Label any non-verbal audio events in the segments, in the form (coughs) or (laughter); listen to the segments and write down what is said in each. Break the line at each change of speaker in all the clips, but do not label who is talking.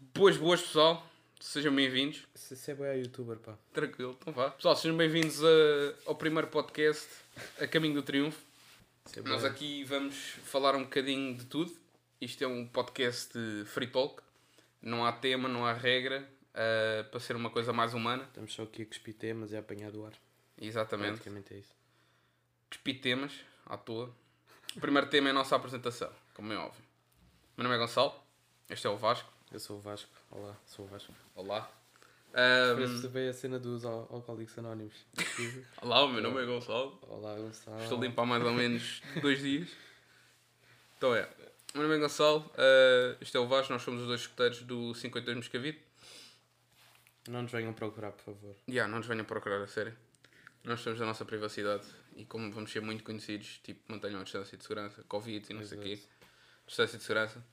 Boas, boas, pessoal. Sejam bem-vindos.
Se se é bem youtuber, pá.
Tranquilo, então vá. Pessoal, sejam bem-vindos a- ao primeiro podcast, A Caminho do Triunfo.
Se é
Nós
bué.
aqui vamos falar um bocadinho de tudo. Isto é um podcast de free talk. Não há tema, não há regra, ah, para ser uma coisa mais humana.
Estamos só aqui a cuspir temas e a apanhar do ar.
Exatamente.
Praticamente é isso.
Cuspi temas, à toa. O primeiro tema é a nossa apresentação, como é óbvio. Meu nome é Gonçalo, este é o Vasco.
Eu sou o Vasco. Olá, sou o Vasco.
Olá. Ah,
Parece bem a cena dos al- Alcoólicos (laughs) Anónimos.
olá, o meu nome é Gonçalo.
Olá, Gonçalo.
Estou limpo há mais
(laughs)
ou menos dois dias. Então é. Meu nome é Gonçalo, eh, este é o Vasco, nós somos os dois escuteiros do 52 Moscavide.
Não nos venham procurar, por favor.
Já, não nos venham procurar, a sério. Nós estamos na nossa privacidade e como vamos ser muito conhecidos, tipo, mantenham a distância de segurança, Covid e não sei o quê. Distância de segurança.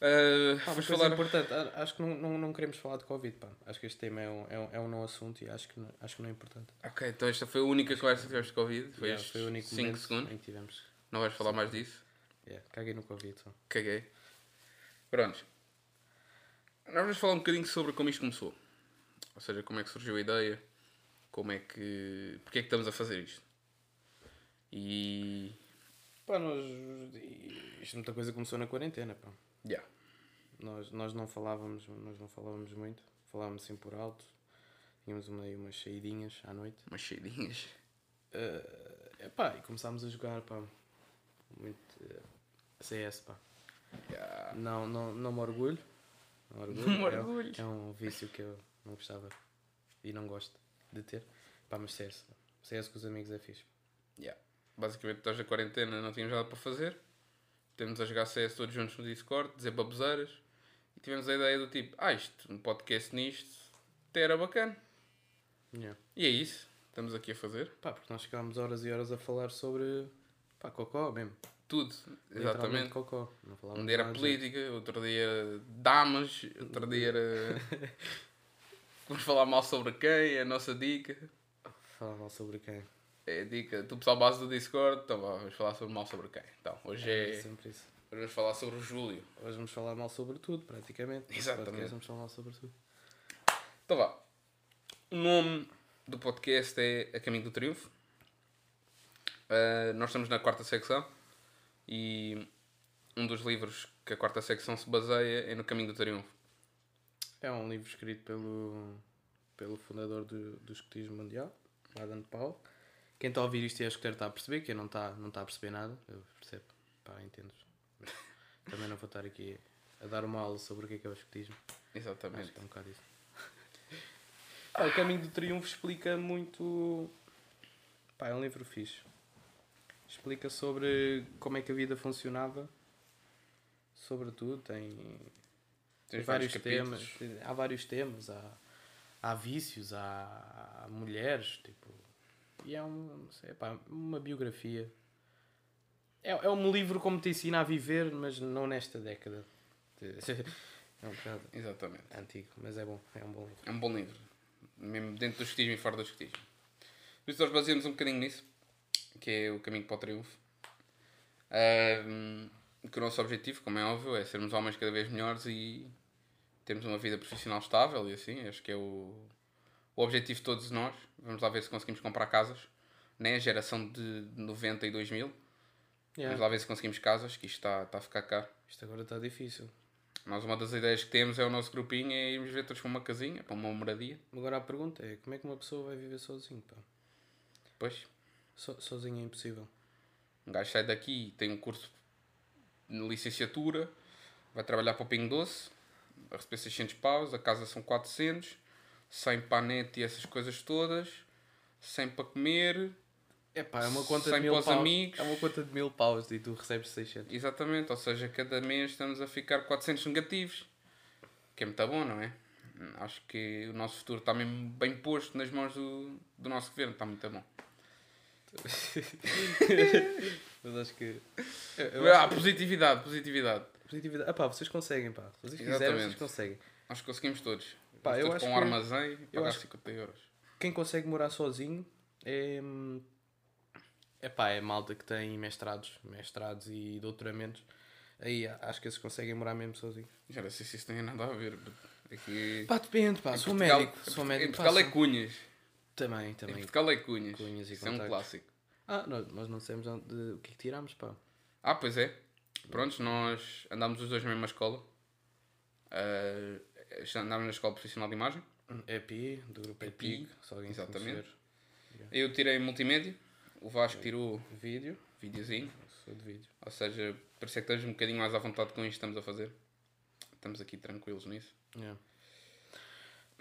Eh,
Ah,
vamos
mas
falar...
falar... importante, a- acho que não, não, não queremos falar de Covid, pá. Acho que este tema é um, é um, é um não assunto e acho que não, acho que não é importante.
Ok, então esta foi a única conversa que tivemos de Covid. Foi
Yeah,
estes
foi o único
5
momento
segundos.
em que tivemos.
Não vais falar mais disso.
Yeah, caguei no Covid. só.
Caguei. Pronto. Nós vamos falar um bocadinho sobre como isto começou. Ou seja, como é que surgiu a ideia, como é que. porque é que estamos a fazer isto. E.
Pá, nós... Isto é muita coisa começou na quarentena, pá.
Yeah.
Nós, nós não falávamos, nós não falávamos muito, falávamos assim por alto, tínhamos uma, aí umas saídinhas à noite. Eh,
Umas cheirinhas. (laughs)
Epá, e começámos a jogar, pá, muito eh, CS, pá.
Yeah.
Não, não, não me orgulho. Não me orgulho.
Não me
é-
orgulho.
É, um vício que eu não gostava e não gosto de ter. Pá, mas CS, pá. CS com os amigos é fixe.
Yeah. Basicamente, estás na quarentena, não tínhamos nada para fazer. Temos a jogar CS todos juntos no Discord, dizer baboseiras. E tivemos a ideia do tipo: ah, isto, um podcast nisto, até era bacana.
Yeah.
E é isso, estamos aqui a fazer.
Pá, porque nós ficávamos horas e horas a falar sobre, pá, cocó mesmo.
Tudo,
Literalmente
exatamente.
cocó. Não falávamos
Um dia era
nada.
política, outro dia era damas, outro dia
(laughs)
era. Vamos falar mal sobre quem, é a nossa dica.
Falava mal sobre quem.
É a dica do pessoal base do Discord, então vá, vamos falar sobre mal sobre quem. Então, hoje é.
É sempre isso.
hoje Vamos falar sobre o Júlio.
Hoje vamos falar mal sobre tudo, praticamente. Neste
Exatamente.
podcast Vamos falar mal sobre tudo.
Então vá. O nome do podcast é A Caminho do Triunfo. Ah, nós estamos na quarta secção e um dos livros que a quarta secção se baseia é No Caminho do Triunfo.
É um livro escrito pelo, pelo fundador do, do escotismo mundial, Adam Paul. Quem está a ouvir isto e é escoteiro está a perceber, quem não está não está a perceber nada, eu percebo, pá, entendo. Mas Também não vou estar aqui a dar uma aula sobre o que é que é o escotismo. Acho
Exatamente.
que é um bocado isso. Pá, Ah, o Caminho do Triunfo explica muito. Pá, é um livro fixe. Explica sobre como é que a vida funcionava. Sobretudo, tem, tem vários
capítulos.
temas. Tem- Há vários temas. Há, há vícios, há, há mulheres. Tipo, e é um, não sei, pá, uma biografia. É, é um livro como te ensina a viver, mas não nesta década. (laughs) É um bocado
Exatamente.
antigo, mas é bom, é um bom livro.
É um bom livro. Mesmo dentro do escutismo e fora do escutismo. Por isso nós baseamos um bocadinho nisso. Que é o caminho para o triunfo. Ahm, que o nosso objetivo, como é óbvio, é sermos homens cada vez melhores e termos uma vida profissional estável e assim. Acho que é o, o objetivo de todos nós. Vamos lá ver se conseguimos comprar casas. Né? A geração de 90 e 2000. Vamos lá ver se conseguimos casas, que isto está, está a ficar caro.
Isto agora está difícil.
Nós uma das ideias que temos é o nosso grupinho é irmos ver todos para uma casinha, para uma moradia.
Agora a pergunta é, como é que uma pessoa vai viver sozinho, pá?
Depois
So- sozinho é impossível.
Um gajo sai daqui, tem um curso de licenciatura, vai trabalhar para o Pingo Doce, a receber 600 paus, a casa são 400, sem panete e essas coisas todas, sem para comer,
É pá, é uma conta
Sem
de mil
para os
paus.
amigos.
É uma conta de mil paus e tu recebes 600.
exatamente, ou seja, cada mês estamos a ficar 400 negativos, que é muito bom, não é? Acho que o nosso futuro está mesmo bem posto nas mãos do, do nosso governo, está muito bom.
Mas acho que... Eu, eu
Ah, positividade, positividade.
acho que positividade... Ah pá, vocês conseguem, pá. Se vocês quiserem, vocês
Exatamente.
conseguem.
Nós conseguimos todos.
Pá,
Vamos
eu
todos
acho
para um
que-
armazém e pagar
acho-
50 euros.
Quem consegue morar sozinho é... hum, É pá, é malta que tem mestrados, mestrados e doutoramentos. Aí a- acho que esses conseguem morar mesmo sozinhos.
Já não sei se isso tem nada a ver. but Aqui.
Pá, depende, pá.
Em
Sou
Portugal-
médico. Sou
em
médico. pá,
Portugal é
sou-
cunhas.
Também,
Em
também.
Portugal é cunhas.
Cunhas e
Isso é um
contactos.
clássico.
Ah, nós, nós não sabemos onde, o que é que tirámos, pá.
Ah, pois é. Prontos, nós andámos os dois na mesma escola. Ah, andámos na escola profissional de imagem.
EPI, do grupo
EPI,
EPI, se alguém
exatamente.
conhecer.
Eu tirei multimédia. O Vasco tirou
Vídeo,
videozinho.
sou de vídeo.
Ou seja, parece que estamos um bocadinho mais à vontade com isto que estamos a fazer. Estamos aqui tranquilos nisso.
Yeah.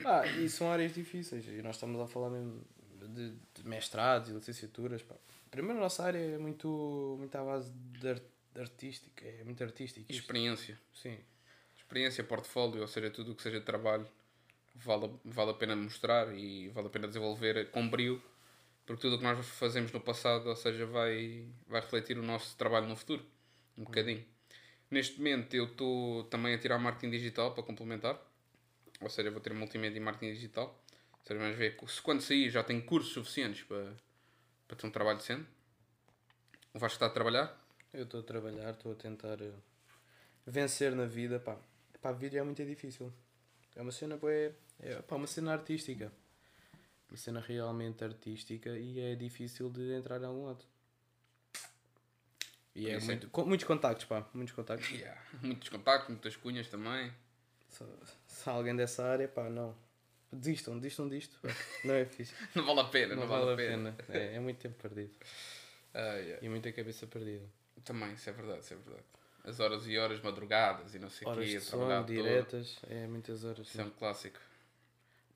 Ah, e são áreas difíceis. E nós estamos a falar mesmo de, de mestrados e licenciaturas. Pá. Primeiro, a nossa área é muito, muito à base de ar- de artística. É muito artística.
E
isto.
experiência.
Sim.
Experiência, portfólio, ou seja, tudo o que seja de trabalho vale, a- vale a pena mostrar e vale a pena desenvolver com brilho, porque tudo o que nós fazemos no passado, ou seja, vai, vai refletir o nosso trabalho no futuro, um bocadinho. Neste momento eu estou também a tirar marketing digital para complementar, ou seja, vou ter multimédia e marketing digital, ou seja, vamos ver se quando sair já tenho cursos suficientes para, para ter um trabalho decente. O Vasco está a trabalhar,
Eu estou a trabalhar, estou a tentar eh, vencer na vida. Pá. Pá, vídeo é muito difícil. É uma cena, bué- é, pá, uma cena artística. Uma cena realmente artística e é difícil de entrar em algum lado. E
Por
é
isso é
muito, com, muitos contactos, pá. Muitos contactos.
Yeah. muitos contactos, muitas cunhas também. (laughs)
Se, se há alguém dessa área, pá, não. Desistam, desistam disto. Não é fixe.
(laughs) Não vale a pena, não, vale, a pena.
É, é muito tempo perdido.
Ah, yeah.
E muita cabeça perdida.
Também, isso é verdade, isso é verdade. As horas e horas madrugadas e não sei o
Horas
quê,
de
a trabalhar
sono,
todo.
diretas, é muitas horas.
Isso é um clássico.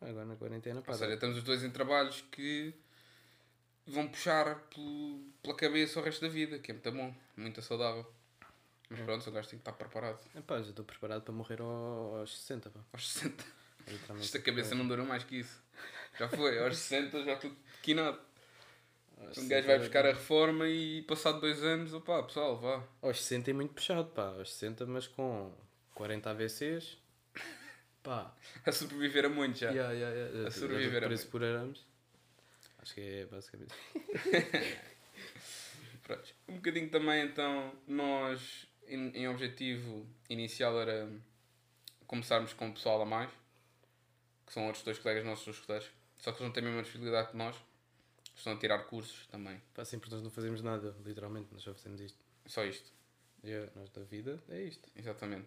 Agora na quarentena, pá.
Ou seja, estamos os dois em trabalhos que vão puxar pelo- pela cabeça o resto da vida, que é muito bom, muito saudável.
É.
Mas pronto, o gajo tem que estar preparado.
dá- Pá, já estou preparado para morrer ao- aos 60, pá.
Aos 60.
Literalmente.
Esta cabeça não durou mais que isso. Já foi, aos 60 já tudo quinado.
Aos
Um
60
gajo vai buscar a reforma e passado dois anos, opá, pessoal, vá.
Aos 60 é muito puxado, pá. Aos 60, mas com 40 AVCs. Pá.
A sobreviver a muito já.
Yeah, yeah, yeah.
A sobreviver a
Preço
muito.
por arames. Acho que é basicamente.
Pronto. Um bocadinho também, então, nós, em, em objetivo inicial, era começarmos com o pessoal a mais, que são outros dois colegas nossos dos escuteiros, só que eles não têm a mesma disponibilidade que nós, estão a tirar cursos também,
Pá, sempre nós não fazemos nada, literalmente. Nós só fazemos isto.
só isto,
Yeah, nós da vida é isto.
exatamente.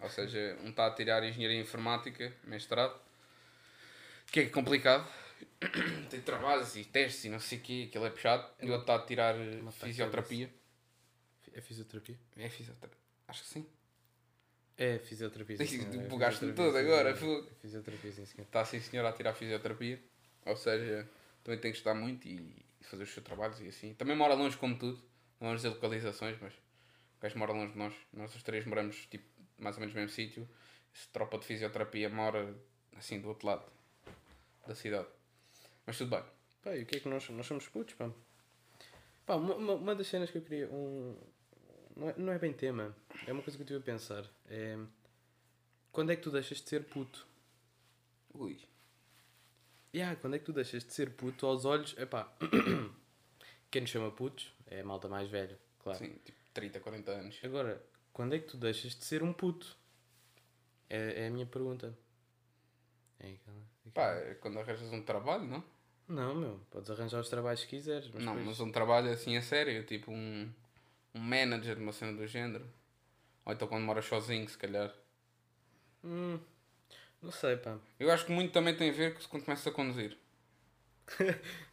Ou seja, um está a tirar Engenharia Informática, mestrado, que é complicado, (coughs) tem trabalhos e testes e não sei o quê, aquilo é puxado, e o outro está a tirar eh,
Mata a
Fisioterapia,
Fi- É fisioterapia?
é fisioterapia, acho que sim.
É
(laughs)
fisioterapia. sim,
Ih,
senhora, é
bugaste-me
fisioterapia,
todo
sim,
agora,
senhora.
fogo.
É Fisioterapia, sim, senhor.
está sim senhor a tirar fisioterapia, ou seja, também tem que estudar muito e fazer os seus trabalhos e assim. Também mora longe como tudo, não vamos dizer localizações, mas o gajo mora longe de nós. Nós os três moramos tipo, mais ou menos no mesmo sítio. Esse tropa de fisioterapia mora assim do outro lado da cidade. Mas tudo bem.
Pá, e o que é que nós, nós somos putos, pá? Pá, uma, uma- uma das cenas que eu queria. Um, não, é, não é bem tema, é uma coisa que eu estive a pensar. É. Quando é que tu deixas de ser puto?
Ui.
Yeah, quando é que tu deixas de ser puto aos olhos? Epá, (coughs) quem nos chama putos é a malta mais velha, claro.
Sim, tipo 30, 40 anos.
Agora, quando é que tu deixas de ser um puto? É, é a minha pergunta. É aquela-
Pá, é quando arranjas um trabalho, não?
Não, meu, podes arranjar os trabalhos que quiseres, mas
não,
depois-
mas um trabalho assim a sério, tipo um, um manager de uma cena do género. Ou então quando moras sozinho, se calhar.
Hum, não sei, pá.
Eu acho que muito também tem a ver com quando começas a conduzir.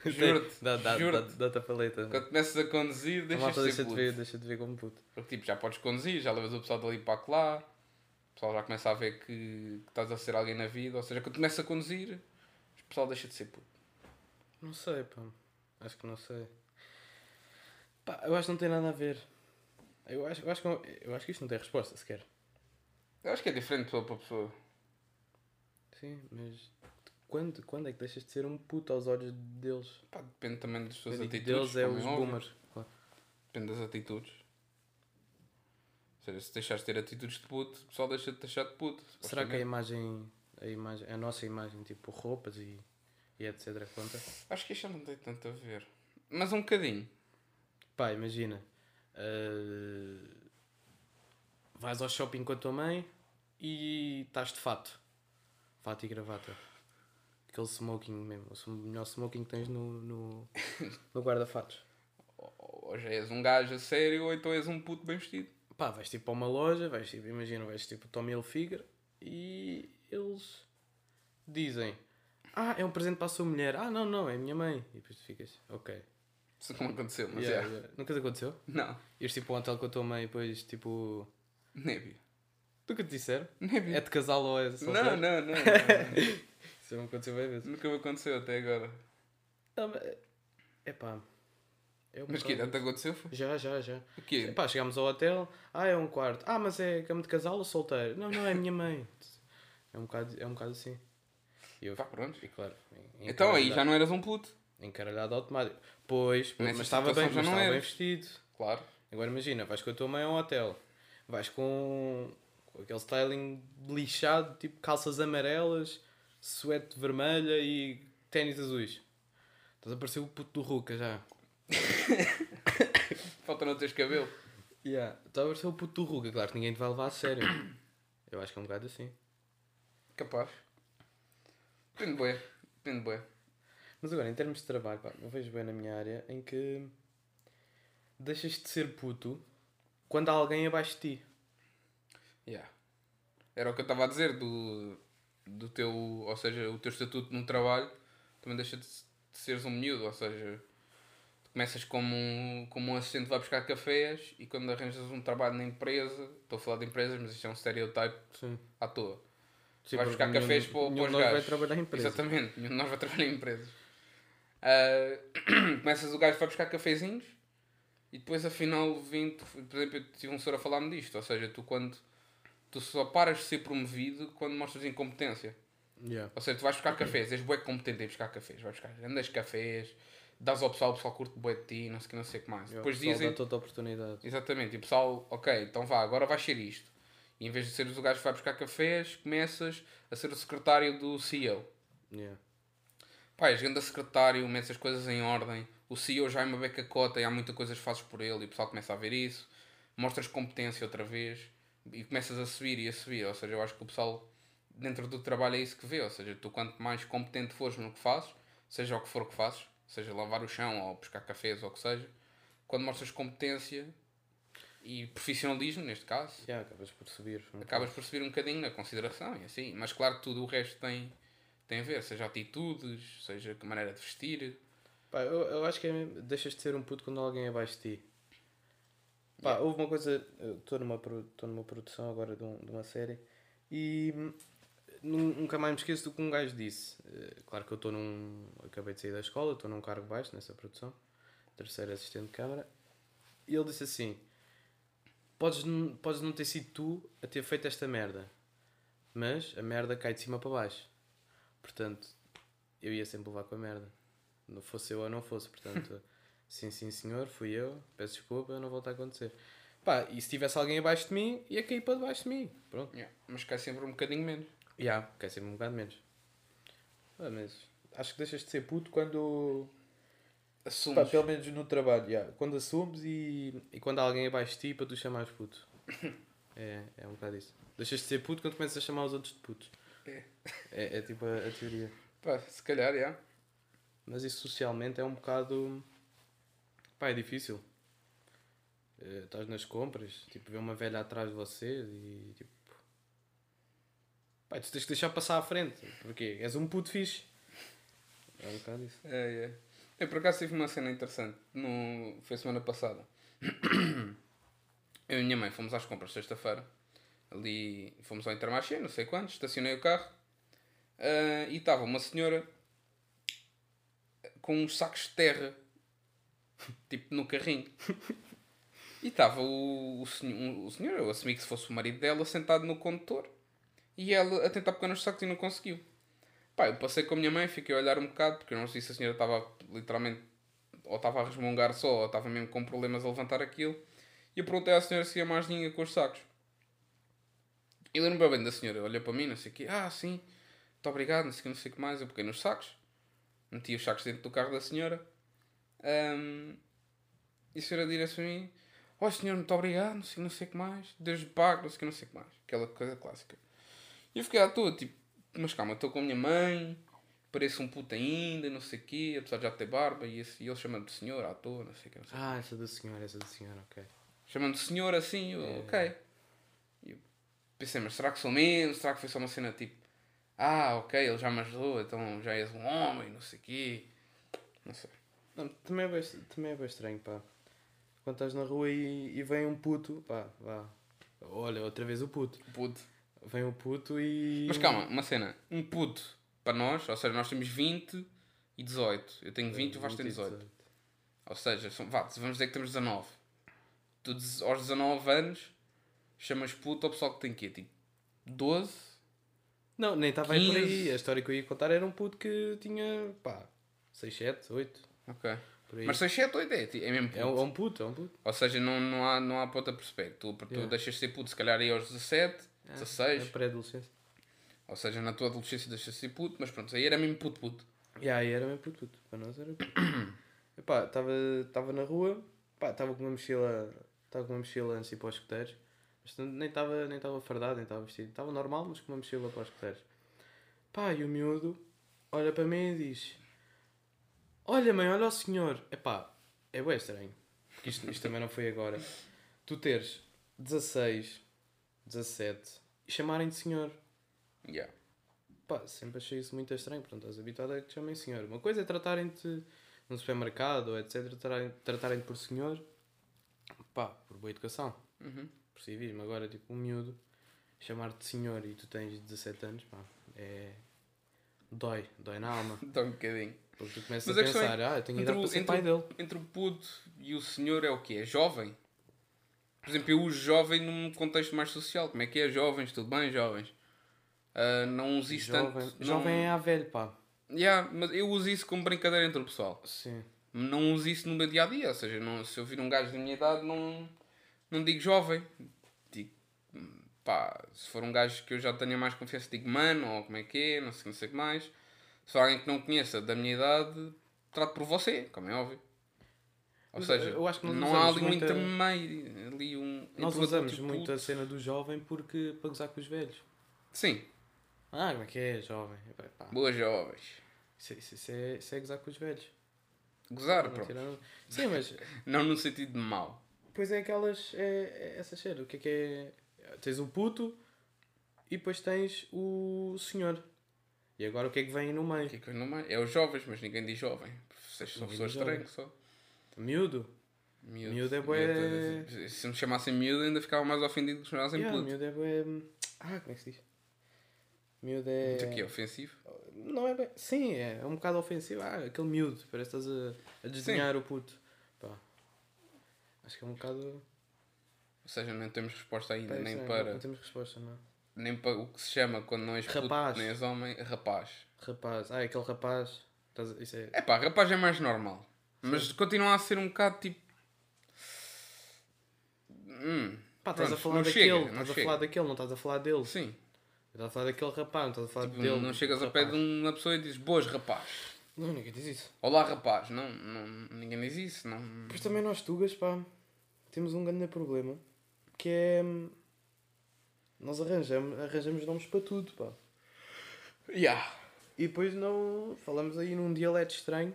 Juro-te,
Dá, dá,
juro-te.
dá, dá tá? a paleta.
Quando começas a conduzir,
A
deixas
malta
de
deixa
ser
de,
puto.
ver, deixa de ver como puto.
Porque tipo, já podes conduzir, já levas o pessoal dali para lá. O pessoal já começa a ver que, que estás a ser alguém na vida. Ou seja, quando começas a conduzir, o pessoal deixa de ser puto.
Não sei, pá. Acho que não sei. Pá, eu acho que não tem nada a ver. Eu acho, eu acho, que, eu acho que isto não tem resposta sequer.
Eu acho que é diferente de pessoa para pessoa.
Sim, mas quando, quando é que deixas de ser um puto aos olhos deles?
Pá, depende também das
Eu
suas
digo
atitudes.
deles é
como
os
óbvio.
boomers. claro.
Depende das atitudes. Ou seja, se deixares de ter atitudes de puto, o pessoal deixa de deixar de puto.
Será que
supostamente.
é? a imagem, a imagem, a nossa imagem, tipo roupas e, e etc. conta?
Acho que isto já não tem tanto a ver. Mas um bocadinho.
Pá, imagina. ah, eh, vais ao shopping com a tua mãe e estás de fato. Fato e gravata. Aquele smoking mesmo. O sm- melhor smoking que tens no, no, no guarda-fatos.
Ou já és um gajo a sério, ou então és um puto bem vestido.
Pá, vais tipo para uma loja, vais tipo, imagina, vais tipo Tommy Hilfiger e eles dizem Ah, é um presente para a sua mulher. Ah, não, não, é a minha mãe. E depois tu ficas, ok.
Isso como aconteceu, mas
Yeah,
é.
yeah. Nunca te aconteceu?
Não,
Ires tipo a um hotel com a tua mãe e depois tipo...
nébia.
Nunca te disseram?
Nébia.
É de casal ou é
Não,
solteiro?
não, não,
(laughs)
não.
Isso não aconteceu bem vezes.
Nunca me aconteceu até agora.
Não, mas... eh, Epá... É um
Mas que
bocado-
tanto aconteceu foi?
Já, já, já.
O quê?
Pá, chegámos ao hotel. Ah, é um quarto. Ah, mas é cama de casal ou solteiro? Não, não, é a minha mãe. É um bocado, é um bocado assim. E eu,
Pá, pronto.
e claro. en-
Então aí já
encaralhado-
não eras um puto.
Encaralhado automático. Pois, pois,
Nessa
mas estava bem,
situação já
mas
não
estava bem
eras.
vestido.
Claro.
Agora imagina, vais com a tua mãe a um hotel. Vais com, com aquele styling lixado, tipo calças amarelas, suéte vermelha e ténis azuis. Estás a parecer o puto do Ruca já.
Falta não teres cabelo.
Yeah. Estás a parecer o puto do Ruca, claro que ninguém te vai levar a sério. Eu acho que é um bocado assim.
Capaz. Depende bué. Depende bué.
Mas agora, em termos de trabalho, pá, eu vejo bem na minha área em que deixas de ser puto quando há alguém abaixo de ti.
Yeah. Era o que eu estava a dizer do, do teu, ou seja, o teu estatuto no trabalho também deixa de, de seres um miúdo, ou seja, tu começas como um, como um assistente vai buscar cafés e quando arranjas um trabalho na empresa, estou a falar de empresas, mas isto é um estereotype
Sim.
à toa. Vai buscar
porque
cafés
Tipo, nenhum-
para o- para os
nenhum de nós vai
gajos.
trabalhar em empresa.
Exatamente, nenhum de nós vai trabalhar em empresas. Ah, (clears throat) começas o gajo vai buscar cafezinhos e depois afinal vim, tu- por exemplo, eu tive um senhor a falar-me disto, ou seja, tu quando tu só paras de ser promovido quando mostras incompetência.
Yeah.
Ou seja, tu vais buscar cafés, és bué competente em buscar cafés, vais buscar grandes cafés, dás ao pessoal, o pessoal curte bué de ti, não sei o que, não sei o que mais. Depois dizem,
dá toda a oportunidade.
Exatamente, e o pessoal, ok, então vá, agora vais ser isto. E em vez de seres o gajo que vai buscar cafés, começas a ser o secretário do CEO.
Yeah.
Pá, és grande secretário, metes as coisas em ordem. O CEO já é uma beca cota e há muita coisas que fazes por ele e o pessoal começa a ver isso. Mostras competência outra vez e começas a subir e a subir. Ou seja, eu acho que o pessoal dentro do trabalho é isso que vê. Ou seja, tu quanto mais competente fores no que fazes, seja o que for que fazes, seja lavar o chão ou buscar cafés ou o que seja, quando mostras competência e profissionalismo, neste caso,
Yeah, acabas por subir. um
acabas por subir um bocadinho na consideração e assim. Mas claro que tudo o resto tem, tem a ver, seja atitudes, seja que maneira de vestir.
Pá, eu, eu acho que é mesmo, deixas de ser um puto quando alguém é abaixo de ti. Pá, houve uma coisa. eu Estou numa, pro- tô numa produção agora de, um- de uma série e hum, nun- nunca mais me esqueço do que um gajo disse. Eh, Claro que eu estou num. Acabei de sair da escola, estou num cargo baixo nessa produção, terceiro assistente de câmara, e ele disse assim: podes, n- podes não ter sido tu a ter feito esta merda, mas a merda cai de cima para baixo. Portanto, eu ia sempre levar com a merda. Não fosse eu ou não fosse, portanto, sim, sim, senhor, fui eu, peço desculpa, não volta a acontecer. Pá, e se tivesse alguém abaixo de mim, ia cair para debaixo de mim. Pronto.
Yeah, Mas cai sempre um bocadinho menos.
Já, cai sempre um bocado menos. Ah, mas acho que deixas de ser puto quando. Pá,
Assumes.
pelo menos no trabalho, já. Quando assumes e, e quando há alguém abaixo de ti para tu chamares
(coughs)
puto. É, é um bocado isso. Deixas de ser puto quando começas a chamar os outros de putos.
É.
É, é tipo a- a teoria.
Pá, se calhar, yeah.
Mas isso socialmente é um bocado. Pá, é difícil. Eh, Estás nas compras, tipo, vê uma velha atrás de você e tipo. Pá, tu tens que deixar passar à frente. Porquê? És um puto fixe. É um bocado isso.
É, é. Eu por acaso tive uma cena interessante. No... Foi semana passada. (clears throat) Eu e a minha mãe fomos às compras sexta-feira. Ali fomos ao Intermarché, não sei quantos, estacionei o carro. ah, e estava uma senhora com uns sacos de terra, (laughs) tipo no carrinho. E estava o, o, senhor, o senhor, eu assumi que se fosse o marido dela, sentado no condutor. E ela a tentar pegar nos sacos e não conseguiu. Pá, eu passei com a minha mãe, fiquei a olhar um bocado, porque eu não sei se a senhora estava literalmente, ou estava a resmungar só, ou estava mesmo com problemas a levantar aquilo. E eu perguntei à senhora se ia mais linha com os sacos. E lembro-me bem da senhora, olhou para mim, não sei o quê, ah, sim, muito obrigado, não sei o quê, não sei o que mais. Eu peguei nos sacos, meti os sacos dentro do carro da senhora. Ahm, e a senhora dirá-se a mim, Oh senhor, muito obrigado, não sei, não sei o que mais. Deus lhe pague, não sei o que, não sei o que mais. Aquela coisa clássica. E eu fiquei à toa, tipo, mas calma, estou com a minha mãe, pareço um puto ainda, não sei o quê, apesar de já ter barba, e, esse, e ele chamando de senhor à toa, não sei o que, não sei o
Ah, essa da senhora, essa da senhora, ok.
quê. Chamando de senhor assim, eu,
É.
ok. E eu pensei, mas será que sou mesmo? Será que foi só uma cena tipo, ah, ok, ele já me ajudou, então já és um homem, não sei o quê. Não sei.
Não, também é bem, também é bem estranho, pá. Quando estás na rua e, e vem um puto, pá, vá. Olha, outra vez o puto.
Puto.
Vem o puto e.
Mas calma, uma cena. Um puto para nós, ou seja, nós temos 20 e 18. Eu tenho
É,
20 e o Vasco tem 18. Ou seja, são, vá, vamos dizer que temos 19. Tu, dez- aos 19 anos, chamas puto ao pessoal que tem quê? Tipo, 12?
Não, nem estava aí por
15.
aí. A história que eu ia contar era um puto que tinha, pá, 6, 7, 8.
Ok.
Por aí.
Mas 6, 7, 8 é, ti- é mesmo puto.
É um, é um puto, é um puto.
Ou seja, não, não, há, não há ponto a perceber. Tu, tu
Yeah.
deixas de ser puto, se calhar aí aos 17,
É
16.
pré-adolescência.
Ou seja, na tua adolescência deixas de ser puto, mas pronto, aí era mesmo puto, puto.
E aí era mesmo puto, puto. Para nós era puto. (coughs) Epá, estava na rua, pá, estava com uma mochila, estava com uma mochila antes de ir para os escuteiros. Mas não- nem estava nem tava fardado, nem estava vestido. Estava normal, mas com uma mochila para os escuteiros. Pá, e o miúdo olha para mim e diz: Olha, mãe, olha o senhor. Epá, é bem estranho. Porque isto, isto também não foi agora. Tu teres 16, 17 e chamarem de senhor.
Yeah. (laughs)
Pá, sempre achei isso muito estranho. Pronto, estás habituado a que te chamem senhor. Uma coisa é tratarem-te num supermercado, ou etc. tratarem- Tratarem-te por senhor. Pá, por boa educação.
Uhum.
Por civismo. Agora, tipo, um miúdo chamar-te senhor e tu tens 17 anos, pá, é. Dói, dói na alma.
Dá um bocadinho.
Porque tu começas
Mas
a
a questão é,
pensar, ah, eu tenho
entre
idade
o-
para ser
entre o-
pai dele.
entre o puto e o senhor é o quê? É jovem? Por exemplo, eu uso jovem num contexto mais social. Como é que é? Jovens, tudo bem, jovens? Ah, não uso isso
Jovem,
tanto.
jovem
não...
é a velho, pá.
Yeah, mas eu uso isso como brincadeira entre o pessoal.
Sim.
Não uso isso no meu dia a dia. Ou seja, não- se eu vir um gajo da minha idade, não, não digo jovem. Digo, hum, pá, se for um gajo que eu já tenha mais confiança, digo mano, ou como é que é, não sei, não sei o que mais. Se for alguém que não conheça da minha idade, trato por você, como é óbvio. Ou
Mas
seja,
eu acho que nós
não há
usamos
ali um
muita-
intermeio, ali um...
Nós
entre o
usamos
puto e o
muito
puto.
a cena do jovem porque para gozar com os velhos.
Sim,
Ah, como é que é, jovem? Epá, pá,
boas jovens.
Isso, isso- isso é, isso é gozar com os velhos.
Gozar,
Não
pronto.
tiraram- Sim, mas
Não no sentido de mau.
depois é aquelas. É, é essa cheira. O que é que é. Tens o puto e depois tens o senhor. E agora o que é que vem no
O
meio?
que é que eu não mais- É os jovens, mas ninguém diz jovem. Vocês são
Ninguém diz
pessoas
jovem.
estranhas só.
Miúdo?
Miúdo,
Miúdo é bué-
miúdo. Se me chamassem miúdo, ainda ficava mais ofendido que se me chamassem
Yeah,
puto.
miúdo é. bué- Ah, como é que se diz? Miúdo é.
Muito aqui, ofensivo.
Não é bem. Sim, é um bocado ofensivo. Ah, aquele miúdo, parece que estás a, a desenhar o puto. Pá. Acho que é um bocado.
Ou seja, não temos resposta ainda,
Pá,
nem
estranho,
para,
é, Não temos resposta, não. é?
nem para o que se chama quando não és
Rapaz.
puto, nem és homem, rapaz.
Rapaz. Ah, aquele rapaz. Estás a- Isso é.
É pá, rapaz é mais normal. Mas continua a ser um bocado tipo. Hum,
Pá, estás a
Pronto,
falar
não
daquele,
chega, não
estás a
chega.
falar daquele, não estás a falar dele.
sim.
Estás a falar daquele rapaz, não estás a falar
Tipo,
dele.
não chegas
do
ao pé de um-
rapaz.
uma pessoa e dizes boas rapaz.
Não, ninguém diz isso.
Olá rapaz. Não, não ninguém diz isso. Não...
Depois também nós tugas, pá, temos um grande problema, que é... hum, Nós arranjamos, arranjamos nomes para tudo, pá.
Yeah.
E depois não... Falamos aí num dialeto estranho.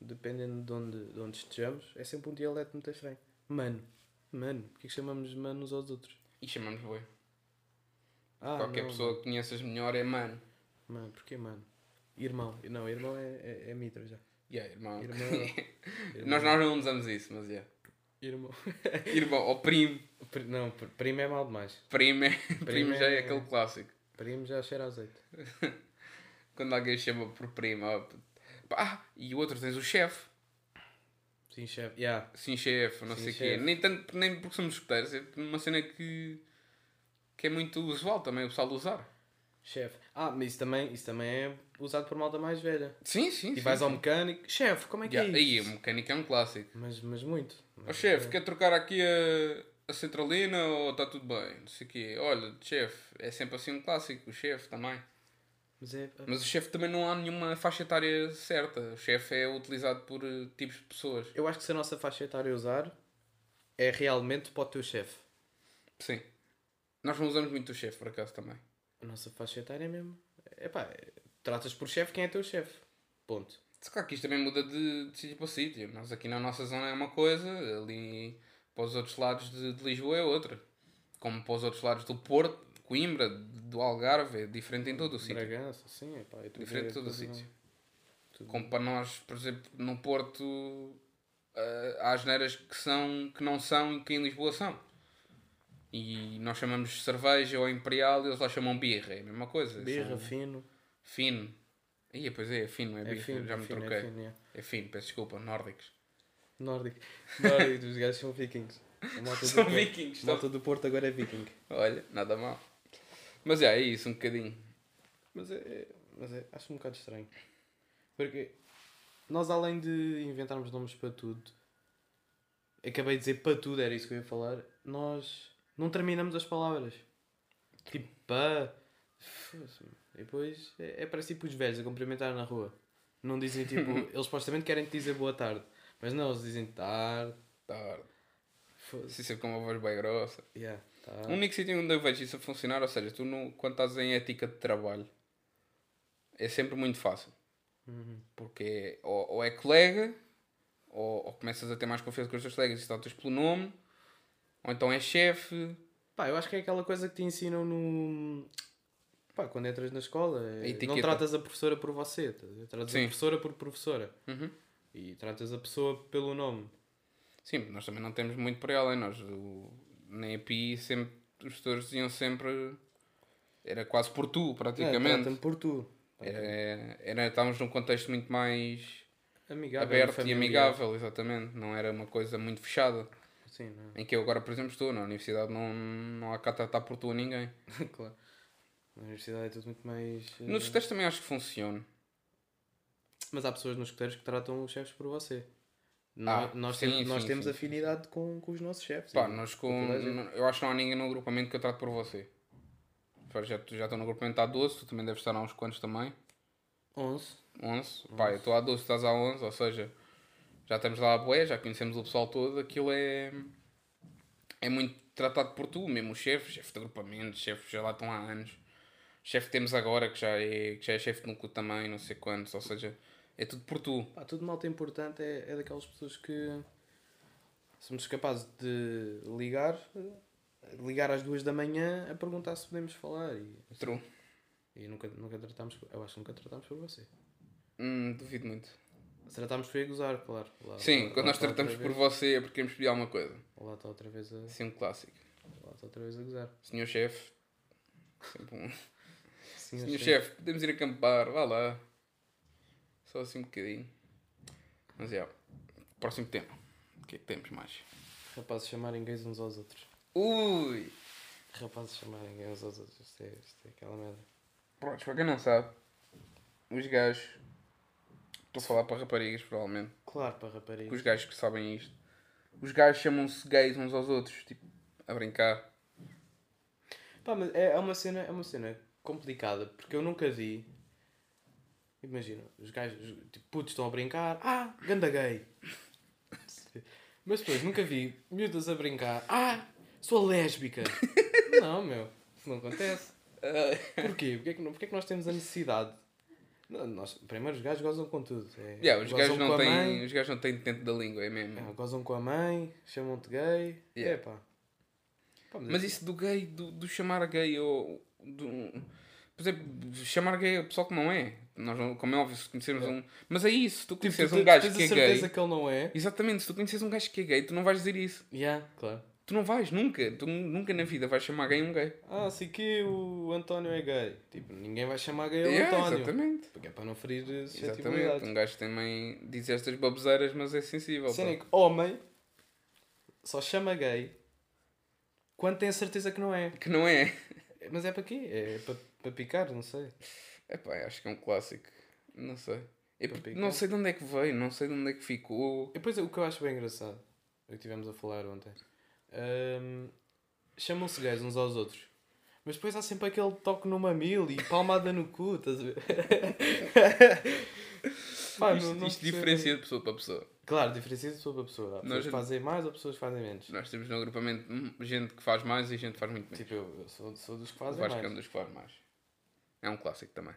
Dependendo de onde, de onde estejamos, é sempre um dialeto muito estranho. Mano. Mano. Porquê que chamamos de mano uns aos outros?
E chamamos boi.
Ah,
Qualquer
não,
pessoa que conheças melhor é mano.
Mano, porquê mano? Irmão. Não, irmão é, é, é mitra já.
Yeah, irmão.
Irmão.
(laughs)
Irmão.
Nós, nós não usamos isso, mas é.
Irmão. (laughs)
Irmão, ou primo.
Pri- Não, pr- primo é mal demais.
Primo, é- (laughs)
Primo
primo já é
é-
aquele clássico.
Primo já cheira a azeite.
Quando alguém chama por primo. ó, pá, ah, e o outro tens o chefe.
Sim, chefe. Yeah.
Sim, chefe, não
Sim,
sei o quê.
chefe.
Nem, tanto, nem porque somos escuteiros. É uma cena que, que é muito usual também o pessoal usar.
Chefe. Ah, mas isso também, isso também é usado por malta mais velha.
Sim, sim.
E
sim,
vais
sim.
ao mecânico. Chefe, como é que
Yeah,
é
é Aí, o
isso?
mecânico é um clássico.
Mas, mas muito.
Ó
Mas-
chefe, quer trocar aqui a, a centralina ou está tudo bem? Não sei o quê. Olha, chefe, é sempre assim um clássico. O chefe também.
Mas é...
Mas o chefe também não há nenhuma faixa etária certa. O chefe é utilizado por eh, tipos de pessoas.
Eu acho que se a nossa faixa etária usar, é realmente para o teu chefe.
Sim. Nós não usamos muito o chefe, por acaso, também.
A nossa faixa etária é mesmo. É pá, tratas por chefe quem é teu chefe. Ponto.
Se calhar que isto também muda de, de sítio para sítio. Nós aqui na nossa zona é uma coisa, ali para os outros lados de, de Lisboa é outra. Como para os outros lados do Porto, de Coimbra, do Algarve, é diferente em todo o sítio.
Bragança, sim, é pá. É tudo
Diferente
é
de todo o
tudo-
sítio.
tudo-
Como para nós, por exemplo, no Porto ah, há asneiras que são que não são e que em Lisboa são. E nós chamamos cerveja ou imperial e eles lá chamam birra, é a mesma coisa.
Birra,
são
fino.
fino. Ih, pois é, é fino, não é,
É
birra,
fino,
já me
fino,
troquei.
É fino, é.
É fino, peço desculpa, nórdicos.
(laughs) Nórdico. Nórdico, os gajos são vikings. A malta do
São
Porto- é-
vikings,
A malta do Porto agora é viking.
Olha, nada mal. Mas é, é isso, um bocadinho.
Mas é, é- mas é, acho um bocado estranho. Porque nós, além de inventarmos nomes para tudo, acabei de dizer para tudo, era isso que eu ia falar, nós não terminamos as palavras. Tipo, pá. foda-se, meu. E depois é, é parece tipo os velhos a cumprimentar na rua. Não dizem
(laughs)
tipo, eles supostamente querem te dizer boa tarde, mas não, eles dizem tarde,
Tarde.
foda-se.
Se isso é Tá, com uma voz bem grossa.
Yeah, tarde.
O Um único sítio onde eu vejo isso a funcionar, ou seja, tu no, quando estás em ética de trabalho, é sempre muito fácil. Porque é- ou, ou é colega, ou, ou começas a ter mais confiança com os teus colegas e tratas pelo nome, ou então é chefe,
Pá, eu acho que é aquela coisa que te ensinam no. Pá, quando entras na escola. é-
etiqueta.
Não tratas a professora por você, tá a ver? tratas a
Sim.
professora por professora.
Uhum.
E tratas a pessoa pelo nome.
Sim, nós também não temos muito por ela, hein? nós o, na EPI sempre, os professores diziam sempre, era quase por tu
É,
praticamente.
trata-me por tu.
era, era, estávamos num contexto muito mais
Amigável.
aberto e
familiar.
amigável, exatamente, não era uma coisa muito fechada.
Sim, não
Em que eu agora, por exemplo, estou na universidade, não, não há cá tratar por tu a ninguém.
é? (laughs) claro. Na universidade é tudo muito mais. eh,
Nos escuteiros também acho que funciona.
Mas há pessoas nos escuteiros que tratam os chefes por você.
Ah,
Nó- nós
sim,
temos, nós
sim,
temos
sim,
afinidade Com, com os nossos chefes.
Pá,
e-
nós
com
com,
toda a gente.
eu acho que não há ninguém no agrupamento que eu trato por você. Pá, Já, já estou no agrupamento há 12, tu também deves estar há uns quantos também.
11.
11. Pá, eu estou há 12, estás há 11, ou seja, já estamos lá à boé, já conhecemos o pessoal todo. Aquilo é. É muito tratado por tu, mesmo o chefe, chefe de agrupamento, chefe já lá estão há anos. Chefe que temos agora, que já é, que já é chefe de núcleo também, não sei quantos, ou seja, é tudo por tu.
Pá, tudo malta importante é, é daquelas pessoas que somos capazes de ligar, eh, ligar às duas da manhã a perguntar se podemos falar e,
True.
e nunca, nunca tratámos, por- eu acho que nunca tratámos por você.
Hum, duvido muito.
Se tratámos foi a é gozar, claro. Lá-
Sim,
lá-
quando
lá
nós
tá outra
tratamos por
vez-
você é porque queremos pedir alguma coisa.
Lá está outra vez a,
Assim, um clássico.
lá está outra vez a gozar.
Senhor chefe. Sempre um.
Sim,
Senhor chefe, podemos ir acampar, vá lá. Só assim um bocadinho. Mas é, próximo tema. O que é que temos mais?
Rapazes chamarem gays uns aos outros.
Ui!
Rapazes chamarem gays uns aos outros. Isto é, isto é aquela merda.
Pronto, para quem não sabe, os gajos. Estou a falar para raparigas, provavelmente.
Claro, para
que Os
raparigas.
gajos que sabem isto. Os gajos chamam-se gays uns aos outros, tipo, a brincar.
Pá, mas é, é uma cena, é uma cena complicada, porque eu nunca vi. Imagina, os gajos, os- tipo, putos estão a brincar, ah, ganda gay. (laughs) Mas depois nunca vi miúdas a brincar, ah, sou
(laughs)
lésbica. não, meu, isso não acontece. Porquê? Porquê é que, não- porquê é que nós temos a necessidade? Não, nós, primeiro, os gajos gozam com tudo. É,
Yeah, os,
gozam
gajos
com
não
a
têm,
mãe,
os gajos não têm dentro da língua, é mesmo.
é, gozam com a mãe, chamam-te gay.
Yeah.
É pá. Pá,
Mas tipo, isso do gay, do, do chamar gay ou. Do, um, por exemplo, chamar gay ao pessoal que não é. Nós, não- como é óbvio, se conhecermos um. Mas é isso, se tu
tipo,
conheces
tu
um gajo
tens
que é
a certeza
gay.
que ele não é.
Exatamente, se tu conheces um gajo que é gay, tu não vais dizer isso.
Yeah, claro.
Tu não vais, nunca. Tu nu- nunca na vida vais chamar gay um gay.
Ah, sei que o António é gay. Tipo, ninguém vai chamar gay o
Yeah,
António.
É, exatamente.
Porque é para não ferir eh,
Exatamente.
suscetibilidade.
Um gajo também diz estas baboseiras, mas é sensível.
Sendo
pá.
que homem só chama gay quando tem a certeza que não é.
Que não é.
Mas é para quê? É para, para picar, não sei.
Epá, acho que é um clássico. Não sei. É
Para
porque
picar.
não sei de onde é que veio, não sei de onde é que ficou.
E depois o que eu acho bem engraçado, o que tivemos a falar ontem, hum, chamam-se gays uns aos outros. Mas depois há sempre aquele toque no mamilo e palmada no cu, estás a ver? (laughs) Pá, não-
isto
não
isto
percebo.
diferencia de pessoa para pessoa.
Claro, diferencia de pessoa para pessoa. Há pessoas
Nós-
que fazem mais ou pessoas que fazem menos.
Nós temos no agrupamento hum, gente que faz mais e gente que faz muito menos.
Tipo, eu, eu sou, sou dos que
O
fazem
Vasco é um
mais.
dos que faz mais. É um clássico também.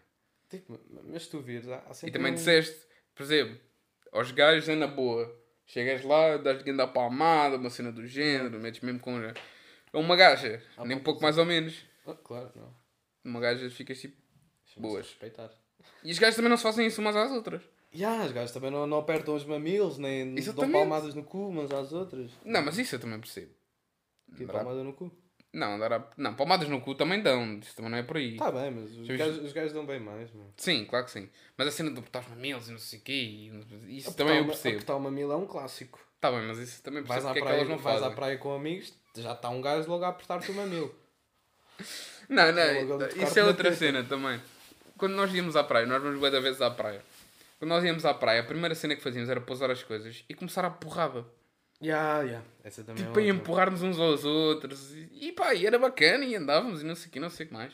Tipo, mas se tu vires, há, há
E
sempre
também
um-
disseste, por exemplo, aos gajos é na boa. Chegas lá, dás-lhe grande a palmada, uma cena do género, metes mesmo com é uma gaja,
Ah,
nem um
pá,
pouco mais ou menos.
Ah, claro, não.
Uma gaja ficas tipo.
Chama-se
Boas.
respeitar.
E os gajos também não se fazem isso umas às outras.
E há, os gajos também não, não apertam os mamilos, nem dão
Exatamente.
palmadas no cu umas às outras.
Não, mas isso eu também percebo.
Que
Dará-
palmada no cu.
Não, dará... não, palmadas no cu também dão, isso também não é por aí.
Tá bem, mas os
Sim,
gajos, os gajos dão bem mais, mano.
Sim, claro que sim. Mas a cena de apertar os mamilos e não sei o quê, e- isso
Apertar
também eu
uma-
percebo.
Apertar o mamilo é um clássico.
Tá bem, mas isso também
Vais
percebo
à,
porque é que
praia,
elas não
vais
fazem.
à praia com amigos, já está um gajo logo a apertar-te o mamilo.
Não,
Logo ali
não,
de
isso
carro
é
na
outra
teta.
cena também. Quando nós íamos à praia, nós vamos bué da vezes à praia. Quando nós íamos à praia, a primeira cena que fazíamos era pousar as coisas e começar a porrada.
(laughs) Ya, ya. Essa também
Tipo, a
é outra.
empurrar-nos uns aos outros. E, e pá, e era bacana e andávamos e não sei o que, não sei o que mais.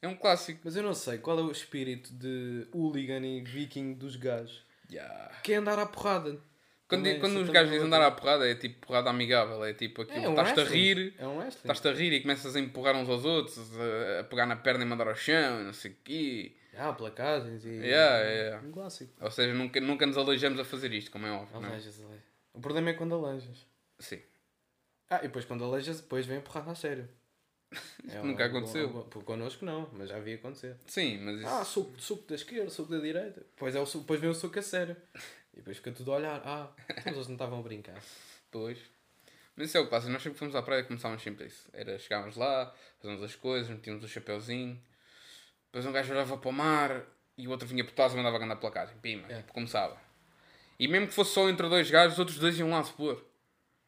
É um clássico.
Mas eu não sei qual é o espírito de hooligan e viking dos gajos.
Yeah.
Que é andar à porrada.
Quando,
Também,
quando
isso
os
também
gajos
é
dizem
outra.
andar à porrada, é tipo porrada amigável. É tipo aquilo, estás-te a
wrestling.
rir,
É um wrestling.
estás-te a rir e começas a empurrar uns aos outros, a, a pegar na perna e mandar ao chão, e não sei o quê.
Ah, placagens e.
Yeah, yeah.
Um clássico.
Ou seja, nunca, nunca nos aleijamos a fazer isto, como é óbvio. não é?
Aleijas, aleijas. O problema é quando aleijas.
Sim.
Ah, e depois quando aleijas, depois vem empurrada a
(laughs)
sério. É
nunca
algo-
aconteceu.
algo- por- Connosco não, mas já havia acontecer.
Sim, mas isso.
Ah, soco, soco da esquerda, soco da direita. Depois, é o, soco- depois vem o soco a sério. E depois fica tudo a olhar. Ah, então eles não
(laughs)
estavam a brincar.
Pois. Mas isso é o clássico. Nós sempre que fomos à praia começávamos sempre isso. Era chegávamos lá, fazíamos as coisas, metíamos o chapéuzinho. Depois um gajo olhava para o mar e o outro vinha por trás e mandava ganhar placagem. Pima,
É.
tipo, começava. E mesmo que fosse só entre dois gajos, os outros dois iam lá se pôr.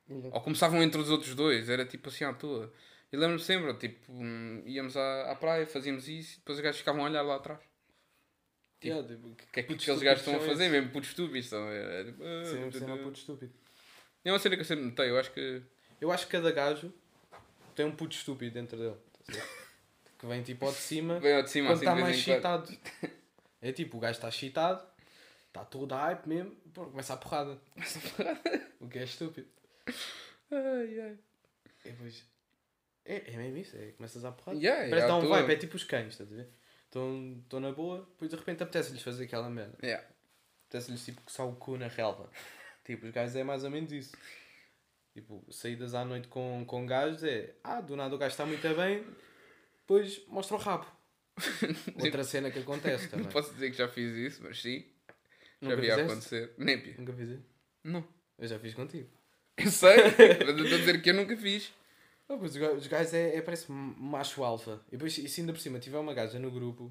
Ou começavam entre os outros dois, era tipo assim à toa. E lembro-me sempre, tipo, hum, íamos à, à praia, fazíamos isso e depois os gajos ficavam a olhar lá atrás.
Yeah, tipo,
O que é que
putos
aqueles gajos
estúpidos
estão a
são
fazer?
esses?
Mesmo putos estúpidos. Estão, é, é, tipo, ah,
Sim, é um
tu,
cena
tu.
puto estúpido.
É uma cena que eu sempre notei, eu acho que.
Eu acho que cada gajo tem um puto estúpido dentro dele. estás a ver? que vem tipo ao de cima
Vem ao de cima
quando
assim de
está
vez
mais tá-
em quando.
excitado. É tipo, o gajo está excitado, está todo hype mesmo, pô, começa a porrada. o que é estúpido.
Ai, ai.
É, pois- é, é mesmo isso, é, começas a porrada.
Yeah, é
Parece
à
dar um
toa.
vibe, é tipo os cães, estás a ver? Estão estão na boa, depois de repente apetece-lhes fazer aquela merda.
Yeah.
Apetece-lhes tipo coçar o cu na relva. tipo, os gajos é mais ou menos isso. Tipo, saídas à noite com, com gajos é. Ah, do nada o gajo está muito bem, depois mostra
(laughs)
o rabo. Outra cena que acontece também.
Não posso dizer que já fiz isso, mas sim.
é? Nunca
já vi a
fizeste?
acontecer. Nem pia.
Nunca fiz isso.
Não.
Eu já fiz contigo.
Eu
(laughs)
sei, mas eu estou a dizer que eu nunca fiz.
Ah, pois os ga- os gajos é, é parece um macho alfa. E depois, e se ainda por cima tiver uma gaja no grupo.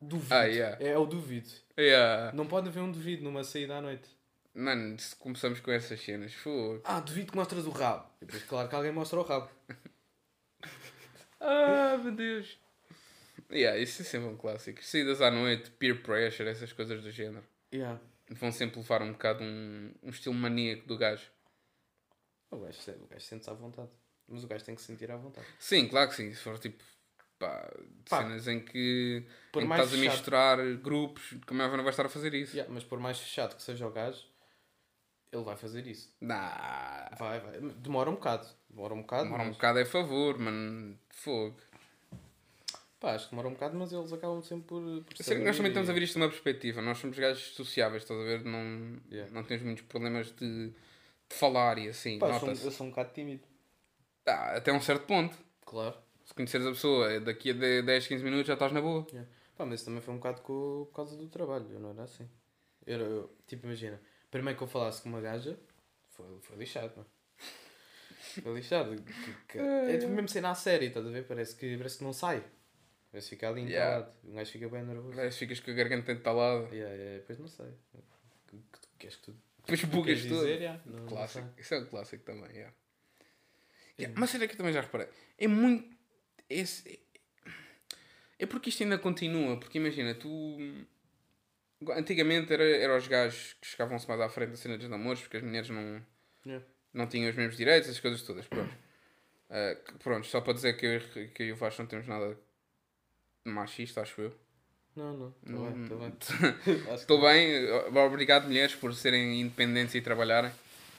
Duvido.
Ah, yeah.
É, é o duvido.
Yeah.
Não pode haver um duvido numa saída à noite.
Mano, se começamos com essas cenas, fogo.
Ah, duvido que mostras o rabo. E depois, claro que alguém mostra o rabo.
Ah, meu Deus. Yeah, isso é sempre um clássico. Saídas à noite, peer pressure, essas coisas do género.
Yeah.
Vão sempre levar um bocado um, um estilo maníaco do gajo.
O gajo, se- o gajo sente-se à vontade. Mas o gajo tem que se sentir à vontade.
Sim, claro que sim. Se for tipo. Pá,
Pá.
cenas em que,
Por
em que
mais
estás a
fechado-
misturar grupos, como é que não vais estar a fazer isso?
Yeah, mas por mais fechado que seja o gajo, ele vai fazer isso.
Nah.
Vai, vai. Demora um bocado. Demora um bocado.
Demora um
mas-
bocado é favor, mano. Fogo.
Pá, acho que demora um bocado, mas eles acabam sempre por. por
Sei que nós também
saber
estamos a
e-
ver isto de uma perspectiva. Nós somos gajos sociáveis, estás a ver? Não,
Yeah.
não temos muitos problemas de, de falar e assim.
Pá, eu sou,
Nota-se.
eu sou um bocado tímido.
Ah, até um certo ponto.
Claro.
Se conheceres a pessoa, daqui a 10, 15 minutos já estás na boa.
Yeah. Pá, mas isso também foi um bocado co- por causa do trabalho, eu não era assim. Eu, era- eu- tipo, imagina, primeiro que eu falasse com uma gaja, foi, foi lixado, mano. (laughs) Foi lixado. Que- que- é tipo mesmo cena à série, estás a ver? Parece que, parece que não sai. Parece que fica ali
Yeah.
entalado. Um gajo fica bem nervoso.
Mas ficas com a garganta entalada.
Yeah, yeah, depois não sei. O que- que tu Queres que tu
Depois bugas
queres
tudo.
dizer? Yeah, não- não
Clássico.
sei. É
Isso é um clássico também, yeah. Yeah, Mas será que eu também já reparei? É muito. Esse... É porque isto ainda continua, porque imagina, tu. Antigamente era, era os gajos que chegavam-se mais à frente da cena dos namoros, porque as mulheres não,
Yeah.
não tinham os mesmos direitos, as coisas todas. Pronto, Ah, que- pronto só para dizer que eu, e- que eu e o Vasco não temos nada de machista, acho eu.
Não, não. Está bem, está
(laughs)
bem. Acho que-
Estou bem, obrigado mulheres por serem independentes e trabalharem,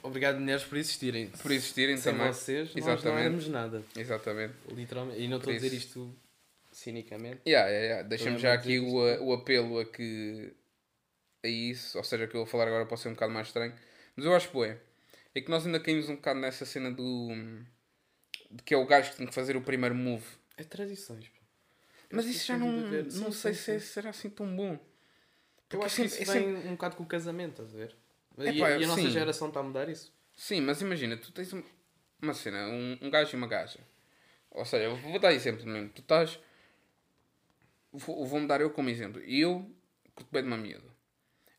Obrigado, mulheres, por existirem.
por existirem
Sem
também.
vocês, nós não
Exatamente.
éramos nada.
Exatamente.
Literalmente. E não estou a
Por
dizer
isso.
isto cinicamente.
Yeah, yeah, yeah. Deixamos já
Também
aqui
vou
o, o apelo a que a isso, ou seja, o que eu vou falar agora pode ser um bocado mais estranho, mas eu acho que é, é que nós ainda caímos um bocado nessa cena do de que é o gajo que tem que fazer o primeiro move.
É tradições. pá.
Mas
Eu
isso já
tenho
não,
de ver.
não
Sim,
sei
sim,
se é- será assim tão bom.
Eu
Porque
acho que
sempre-
isso
é
vem
sempre-
um bocado com o casamento, estás a ver? e,
Epá,
e a nossa
sim.
geração está a mudar isso.
Sim, mas imagina, tu tens um- uma cena, um, um gajo e uma gaja. Ou seja, eu vou dar exemplo mesmo. Tu estás. Vou- Vou-me dar eu como exemplo. Eu curto bem de uma miúda.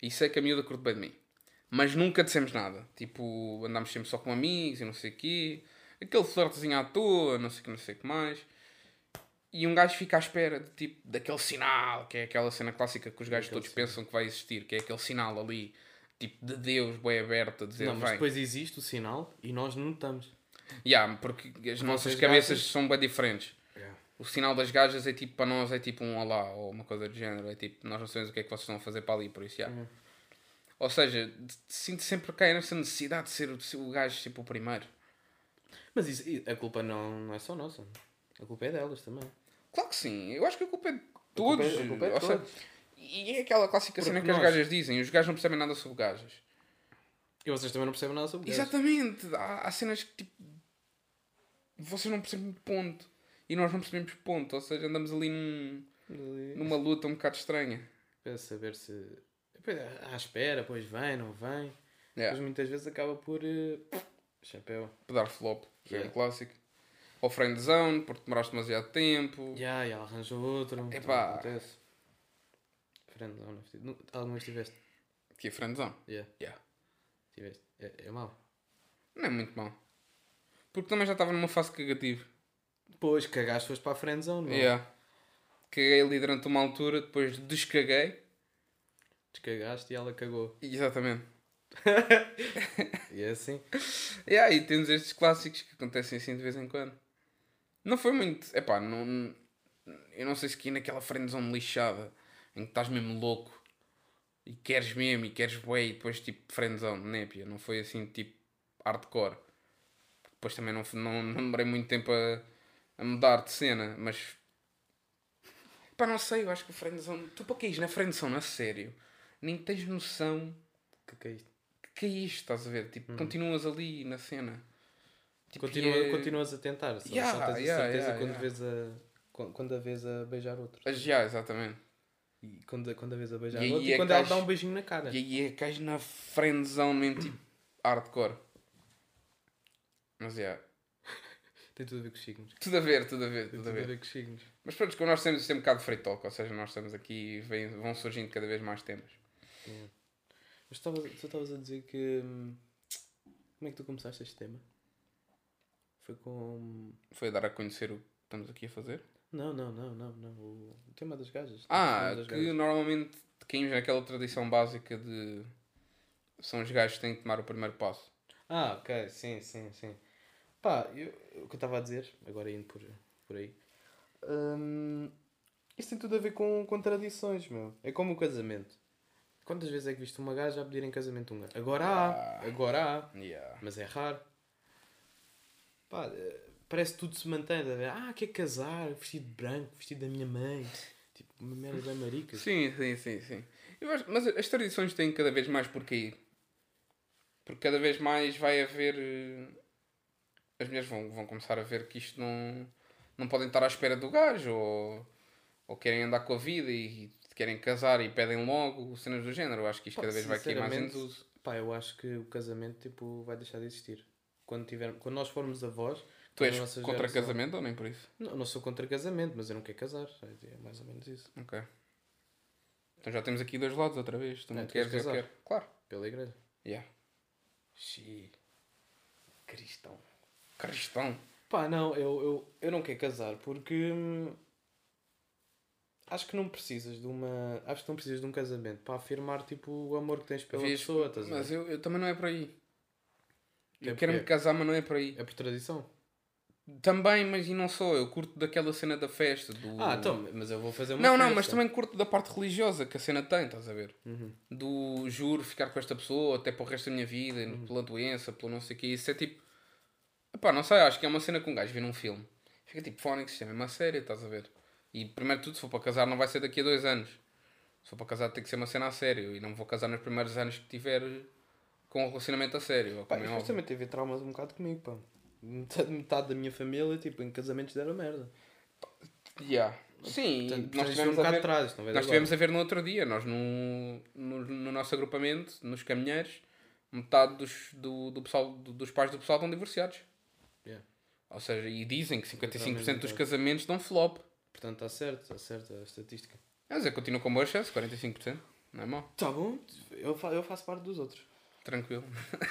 E sei que a miúda curte bem de mim. Mas nunca dissemos nada. Tipo, andámos sempre só com amigos e não sei o quê. Aquele flirtezinho à toa, não sei o que, não sei o que mais. E um gajo fica à espera de, tipo, daquele sinal, que é aquela cena clássica que os gajos todos pensam que vai existir, que é aquele sinal ali, tipo, de Deus, bem aberto, a dizer,
não, mas
vem.
depois existe o sinal e nós não notamos.
Yeah, porque as nossas
gajas-
cabeças são bem diferentes. O sinal das gajas é tipo, para nós é tipo um olá ou uma coisa do género. É tipo, nós não sabemos o que é que vocês estão a fazer para ali, por isso,
Uhum.
yeah. Ou seja, de- sinto sempre que há essa necessidade de ser o, de ser o gajo tipo o primeiro.
Mas isso, e a culpa não, não é só nossa. A culpa é delas também.
Claro que sim, eu acho que a culpa é de
culpa
todos.
é- a culpa é de
ou seja,
todos.
e é aquela clássica cena
Porque
que as
nós-
gajas dizem: os gajos não percebem nada sobre gajas.
E vocês também não percebem nada sobre isso.
Exatamente, há, há cenas que tipo. Vocês não percebem um ponto e nós não percebemos ponto, ou seja, andamos ali num. numa luta um bocado estranha.
Para saber se. Pois, à à espera, pois vem, não vem. Mas
Yeah.
muitas vezes acaba por. eh, Chapéu.
Pedar flop, que é um
Yeah.
clássico. Ou friend zone, porque demoraste demasiado tempo.
Já, já arranjou outro.
Epá.
Acontece. Friend zone. eu tive- nu- Alguma vez tiveste?
Que é friend zone.
Yeah,
Yeah.
tiveste. É, é mau.
Não é muito mal. Porque também já estava numa fase cagativa.
Depois cagaste foste para a friend zone. não?
Yeah. Caguei ali durante uma altura, depois descaguei.
Descagaste e ela cagou.
Exatamente.
E é assim.
Yeah, e temos estes clássicos que acontecem assim de vez em quando. Não foi muito. Epá, não. Eu não sei se aqui naquela friendzone lixada em que estás mesmo louco e queres mesmo e queres bué e depois tipo friendzone, népia. Não foi assim tipo hardcore. Depois também não, f- não, não demorei muito tempo a, a mudar de cena, mas. Pá, não sei, eu acho que o friendzone. Tu para que na friendzone, a sério? Nem tens noção
Que caíste.
que caíste, estás a ver? Tipo, continuas ali na cena. Tipo,
Uhum. Continua,
e é-
Continuas a tentar. Só,
Yeah,
só tens
yeah,
a certeza
yeah,
quando,
yeah.
Vês a, quan- quando a vês a beijar outro.
Mas, já, exatamente.
E quando, a- quando a vês a beijar
E aí
outro.
é
E
que
quando ela
estás-
dá um beijinho na cara.
E aí é que cais na friendzone mesmo, tipo, hardcore. Mas, já.
Tem tudo a ver com os signos.
Tudo a ver, tudo a ver,
Tem
tudo a ver.
com os signos.
Mas pronto, como nós temos isto é um bocado de free talk, ou seja, nós estamos aqui e vem- vão surgindo cada vez mais temas.
Mas estavas- tu estavas a dizer que. hum, Como é que tu começaste este tema? Foi com.
Foi dar a conhecer o que estamos aqui a fazer.
Não, não, não, não, não. O o tema das gajas.
Ah,
O tema das
que
gajas.
normalmente caímos naquela tradição básica de... São os gajos que têm que tomar o primeiro passo.
Ah, ok, sim, sim, sim. Pá, eu, o que eu estava a dizer, agora indo por, por aí. Hum, isso tem tudo a ver com, com tradições, meu. É como o casamento. Quantas vezes é que viste uma gaja a pedir em casamento um gajo? Agora há, agora há.
Yeah.
Mas é raro. Pá, eh, parece que tudo se mantém. tá a ver? Ah, quer casar, vestido de branco, vestido da minha mãe. Tipo, uma merda bem marica.
Sim, sim, sim, sim. Eu acho- mas as tradições têm cada vez mais por cair. Porque cada vez mais vai haver. eh, As mulheres vão, vão começar a ver que isto não. Não podem estar à espera do gajo ou, ou querem andar com a vida e querem casar e pedem logo cenas do género. Eu acho que isto
Pá,
cada vez vai cair mais em
sinceramente,
desuso.
Pá, eu acho que o casamento, tipo, vai deixar de existir. Quando, tiver, quando nós formos avós...
Tu
quando a
és
nossa
contra
geração-
casamento ou nem por isso?
Não, eu não sou contra casamento, mas eu não quero casar. É mais ou menos isso.
Ok. Então já temos aqui dois lados outra vez. Tu
É,
não
tu
queres,
queres
eu
casar.
quero. Claro.
Pela igreja.
Yeah.
Xiii. Cristão.
Cristão.
Pá, não, eu, eu, eu não quero casar porque hum, acho que não precisas de uma. Acho que não precisas de um casamento para afirmar tipo o amor que tens pela
Vês?
pessoa, estás a
Mas
ver?
eu, eu também não é por aí. Eu
É
quero me
porque-
casar, mas não é por aí.
É por tradição.
Também, mas e não só, eu curto daquela cena da festa. Do...
Ah, então, mas eu vou fazer uma
Não, não,
festa.
mas também curto da parte religiosa que a cena tem, estás a ver?
Uhum.
Do juro ficar com esta pessoa até para o resto da minha vida,
Uhum.
pela doença, pelo não sei o quê. Isso é tipo. Epá, não sei, acho que é uma cena que um gajo vê num filme. Fica tipo fónico, isto é mesmo a sério, estás a ver? E primeiro de tudo, se for para casar, não vai ser daqui a dois anos. Se for para casar, tem que ser uma cena a sério. E não vou casar nos primeiros anos que tiver com um relacionamento a sério. ou
Pá,
como é
eu
óbvio.
também teve traumas um bocado comigo, pá. Metade, metade da minha família, tipo, em casamentos deram merda.
Yeah. Sim,
Portanto,
nós
precisas de ver um
tivemos a
bocado
ver-
atrás, não vê
Nós estivemos a ver no outro dia, nós no, no, no nosso agrupamento, nos caminheiros, metade dos, do, do pessoal, do- dos pais do pessoal estão divorciados.
Yeah.
Ou seja, e dizem que 55% dos
Literalmente,
casamentos dão flop.
Portanto, está certo, está certo a estatística.
Mas eu continuo com boa chance, 45%. Não é mau.
Tá bom, eu, fa eu faço parte dos outros.
Tranquilo.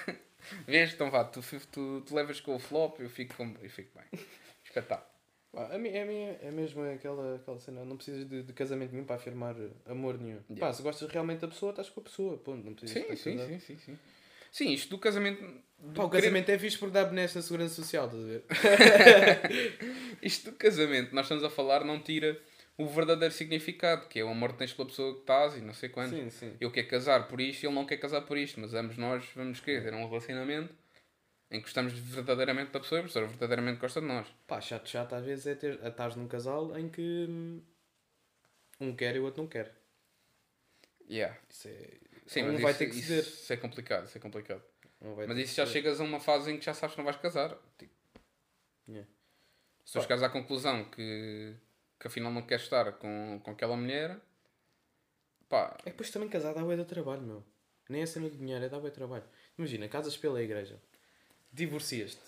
(laughs) Vês? Então vá, tu, fi- tu, tu levas com o flop, eu fico, com, eu fico bem. Espetáculo.
Pá, a mim, a mim é é mesmo aquela, aquela cena, não precisas de, de casamento nenhum para afirmar eh, amor nenhum. Pá, se gostas realmente da pessoa, estás com a pessoa, ponto, não precisas
Sim,
estar
sim,
casado.
sim, sim, sim. Sim, isto do casamento.
Pá, o
do querer-
casamento é fixe porque dá bonés na segurança social, estás a ver?
Isto do casamento, nós estamos a falar, não tira o verdadeiro significado, que é o amor que tens pela pessoa que estás e não sei quanto.
Sim, sim.
Eu quero é casar por isto e ele não quer casar por isto, mas ambos nós vamos querer ter um relacionamento em que gostamos verdadeiramente da pessoa e a pessoa verdadeiramente gosta de nós.
Pá, chato, chato às vezes é ter, estás num casal em que hum, um quer e o outro não quer.
Yeah.
Isso é.
Sim,
um
mas
vai
isso,
ter que
isso-
ceder.
isso é complicado, isso é complicado.
um vai
Mas
ter
isso
que
já
ceder.
chegas a uma fase em que já sabes que não vais casar. Tipo,
Yeah.
Se tu chegares à conclusão que, que afinal não queres estar com, com aquela mulher, pá,
É que depois também casar dá bué de trabalho, meu. Nem a cena do dinheiro, é dar bué de trabalho. Imagina, casas pela igreja. Divorcias-te.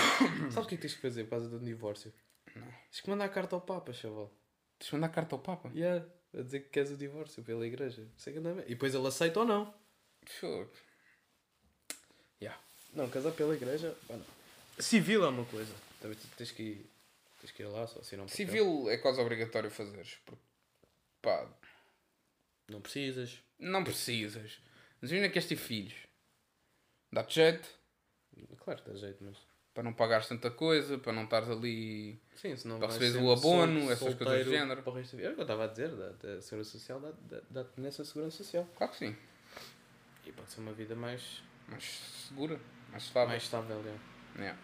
(coughs) Sabes o que é que tens que fazer por causa de um divórcio? Tens que mandar a carta ao Papa, chaval.
deixa mandar carta ao Papa.
Yeah, a dizer que queres o divórcio pela igreja. Isso é que anda bem. E depois ele aceita ou não.
Fogo. Yeah.
Não, casar pela igreja, pá, não. Civil é uma coisa. Também tu tens que ir, tens que ir lá, só assinar um papel.
Civil é quase obrigatório fazeres. Porque, pá,
Não precisas.
não precisas. Mas imagina que és ter filhos. Dá-te jeito
Claro que dá jeito, mas...
para não pagares tanta coisa, para não estares ali.
Sim, se não
Para
vais
receberes
ser
o abono,
sol-
essas coisas do
solteiro
género.
para o resto da vida. É o que eu estava a dizer, da, da segurança social, dá- dá- dá-te nessa segurança social.
Claro que sim.
E pode ser uma vida mais,
Mais segura, mais estável.
mais estável, é.
Yeah.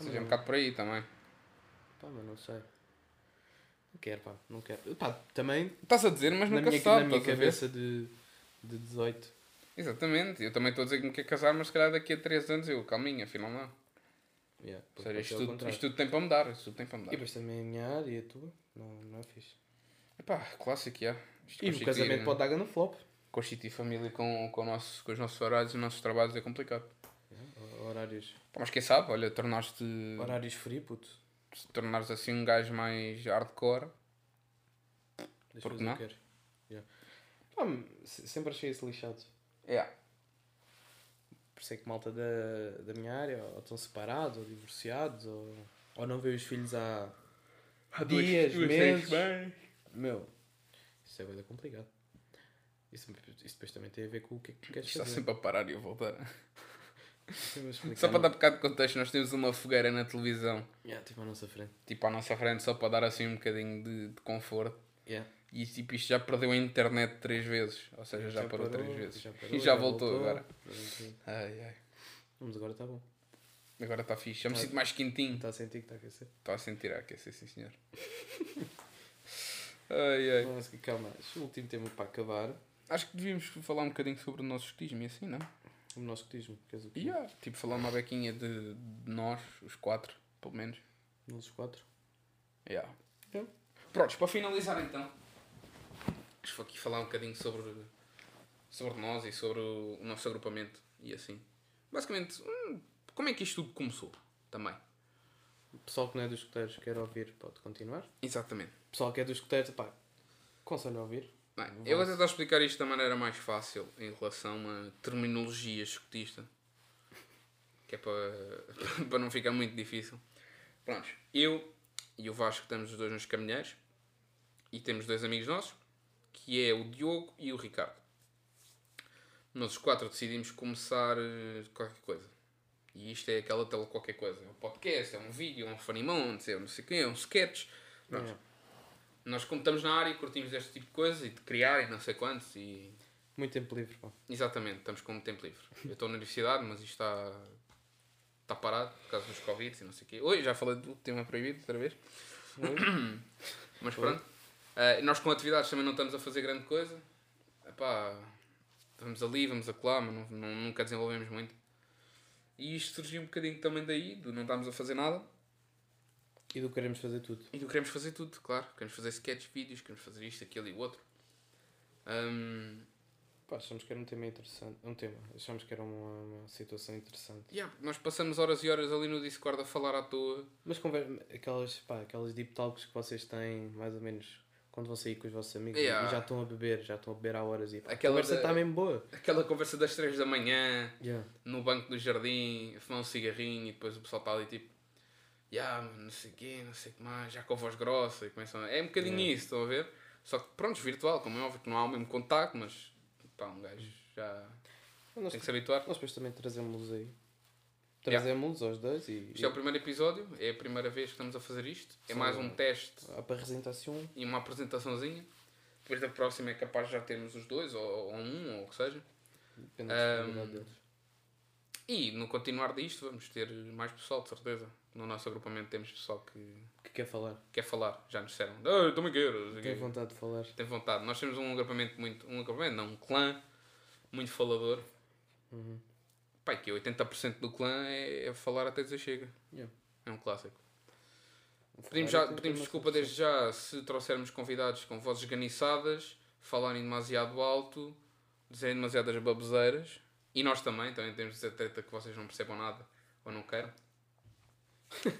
Ou seja, é um
Hum.
bocado por aí também.
Pá, mas Tá não sei. Não quero, pá, não quero. Pá, também,
Estás a dizer, mas
na
nunca
minha,
se sabe.
na minha
estás a ver?
cabeça de, de 18.
Exatamente. Eu também estou a dizer que me quero casar, mas se calhar daqui a 3 anos eu, calminha, afinal não.
Yeah,
Ou
pode
seja,
ser
isto
ao
tudo,
contrário.
isto tudo tem para mudar. Isto tudo tem para
E
mudar.
depois também a minha área e a tua, não, não é fixe.
Epá, clássico, yeah. né? Isto
E o
constituir-
casamento pode dar grande flop.
constituir família com, com, o nosso- com os nossos horários e os nossos trabalhos é complicado.
Yeah, Horários,
Pá, mas quem sabe, olha, tornaste
horários free, puto.
te tornares assim um gajo mais hardcore.
Deixa
Porque
eu fazer
não?
o que quero. Yeah. Pá, se- sempre achei isso lixado.
É.
Por isso é que malta da, da minha área ou estão separados ou divorciados ou, ou não vê os filhos há, há dias, meses. Meu, isso é coisa complicado. Isso, isso depois também tem a ver com o que é que tu queres
Está
fazer.
sempre a parar e a voltar.
Eu vou explicar.
Só para dar um bocado de contexto, nós temos uma fogueira na televisão,
Yeah, tipo à nossa frente.
tipo à nossa frente, só para dar assim um bocadinho de, de conforto.
Yeah.
E tipo, isto já perdeu a internet três vezes. Ou seja, já, parou, três vezes.
parou,
e já, voltou, agora.
Portanto,
Ai, ai.
Vamos, agora está bom. Tá
Agora está fixe. Já me sinto mais quentinho.
Está a sentir que está a aquecer.
Estou a sentir a aquecer, sim senhor. (laughs) ai, ai.
Vamos, calma, este é último tema para acabar.
Acho que devíamos falar um bocadinho sobre o nosso escutismo e assim, não?
O nosso cotismo. Queres o quê?
Yeah. Tipo, falar uma bequinha de, de nós, os quatro, pelo menos.
Nós os quatro.
Yeah.
Yeah.
Prontos, para finalizar então. Acho que vou aqui falar um bocadinho sobre, sobre nós e sobre o, o nosso agrupamento e assim. Basicamente, hum, como é que isto tudo começou também?
O pessoal que não é dos escuteiros quer ouvir, pode continuar.
Exatamente.
O pessoal que é dos escuteiros, pá, aconselho a ouvir.
Bem, eu vou tentar explicar isto da maneira mais fácil em relação a terminologia escutista. Que é para, (laughs) para não ficar muito difícil. Prontos, eu e o Vasco estamos os dois nos caminheiros e temos dois amigos nossos, que é o Diogo e o Ricardo. Nós os quatro decidimos começar eh, qualquer coisa. E isto é aquela tele qualquer coisa. É um podcast, é um vídeo, é um fanimão, é um não sei o quê, é um sketch. Pronto.
É.
Nós como estamos na área e curtimos este tipo de coisa e de criar e não sei quantos e...
Muito tempo livre, pá.
Exatamente, estamos com muito tempo livre. Eu estou na universidade, mas isto está... Está parado por causa dos Covid e não sei o quê. Oi, já falei do tema proibido outra vez. Mas
Foi.
pronto. Ah, nós com atividades também não estamos a fazer grande coisa. Epá, vamos ali, vamos acolá, mas não, não- nunca desenvolvemos muito. E isto surgiu um bocadinho também daí, do não estarmos a fazer nada.
E do queremos fazer tudo.
E do queremos fazer tudo, claro. Queremos fazer sketches, vídeos, queremos fazer isto, aquilo e o outro. Ahm,
Pá, achamos que era um tema interessante. Um tema. Achamos que era uma, uma situação interessante.
yeah, nós passamos horas e horas ali no Discord a falar à toa.
Mas conver... aquelas, pá, aquelas deep talks que vocês têm, mais ou menos, quando vão sair com os vossos amigos
Yeah.
e já estão a beber, já estão a beber há horas e pá,
Aquela
a conversa
da-
está mesmo boa.
Aquela conversa das 3 da manhã.
Yeah.
no banco do jardim, a fumar um cigarrinho e depois o pessoal está ali tipo, "Ya, mano, não sei o quê, não sei o que mais, já com a voz grossa e começam a... É um bocadinho isso, estão a ver? Só que pronto, virtual, como é óbvio que não há o mesmo contacto, mas pá, um gajo já
Nós,
tem que se habituar.
nós depois também trazemos-los aí.
Yeah.
Trazemos-los aos dois e,
Este é o primeiro episódio, é a primeira vez que estamos a fazer isto, é
Sim.
mais um teste
e a apresentação.
e uma apresentaçãozinha. Depois da próxima é capaz de já termos os dois, ou, ou um, ou o que seja.
Depende da disponibilidade deles.
E no continuar disto vamos ter mais pessoal, de certeza. No nosso agrupamento temos pessoal que
O que quer falar?
quer falar, já nos disseram. Ah, eu também quero. não sei o
Tem
quê.
vontade de falar.
Tem vontade. Nós temos um agrupamento muito. Um agrupamento, não, um clã muito falador.
Uhum.
Pai, que 80% do clã é, é falar até dizer chega.
Yeah.
É um clássico.
Falar
Pedimos, já,
é ter
pedimos
uma
desculpa desde já se trouxermos convidados com vozes ganiçadas, falarem demasiado alto, dizerem demasiadas baboseiras. E nós também, também temos de dizer treta que vocês não percebam nada ou não queiram. (laughs)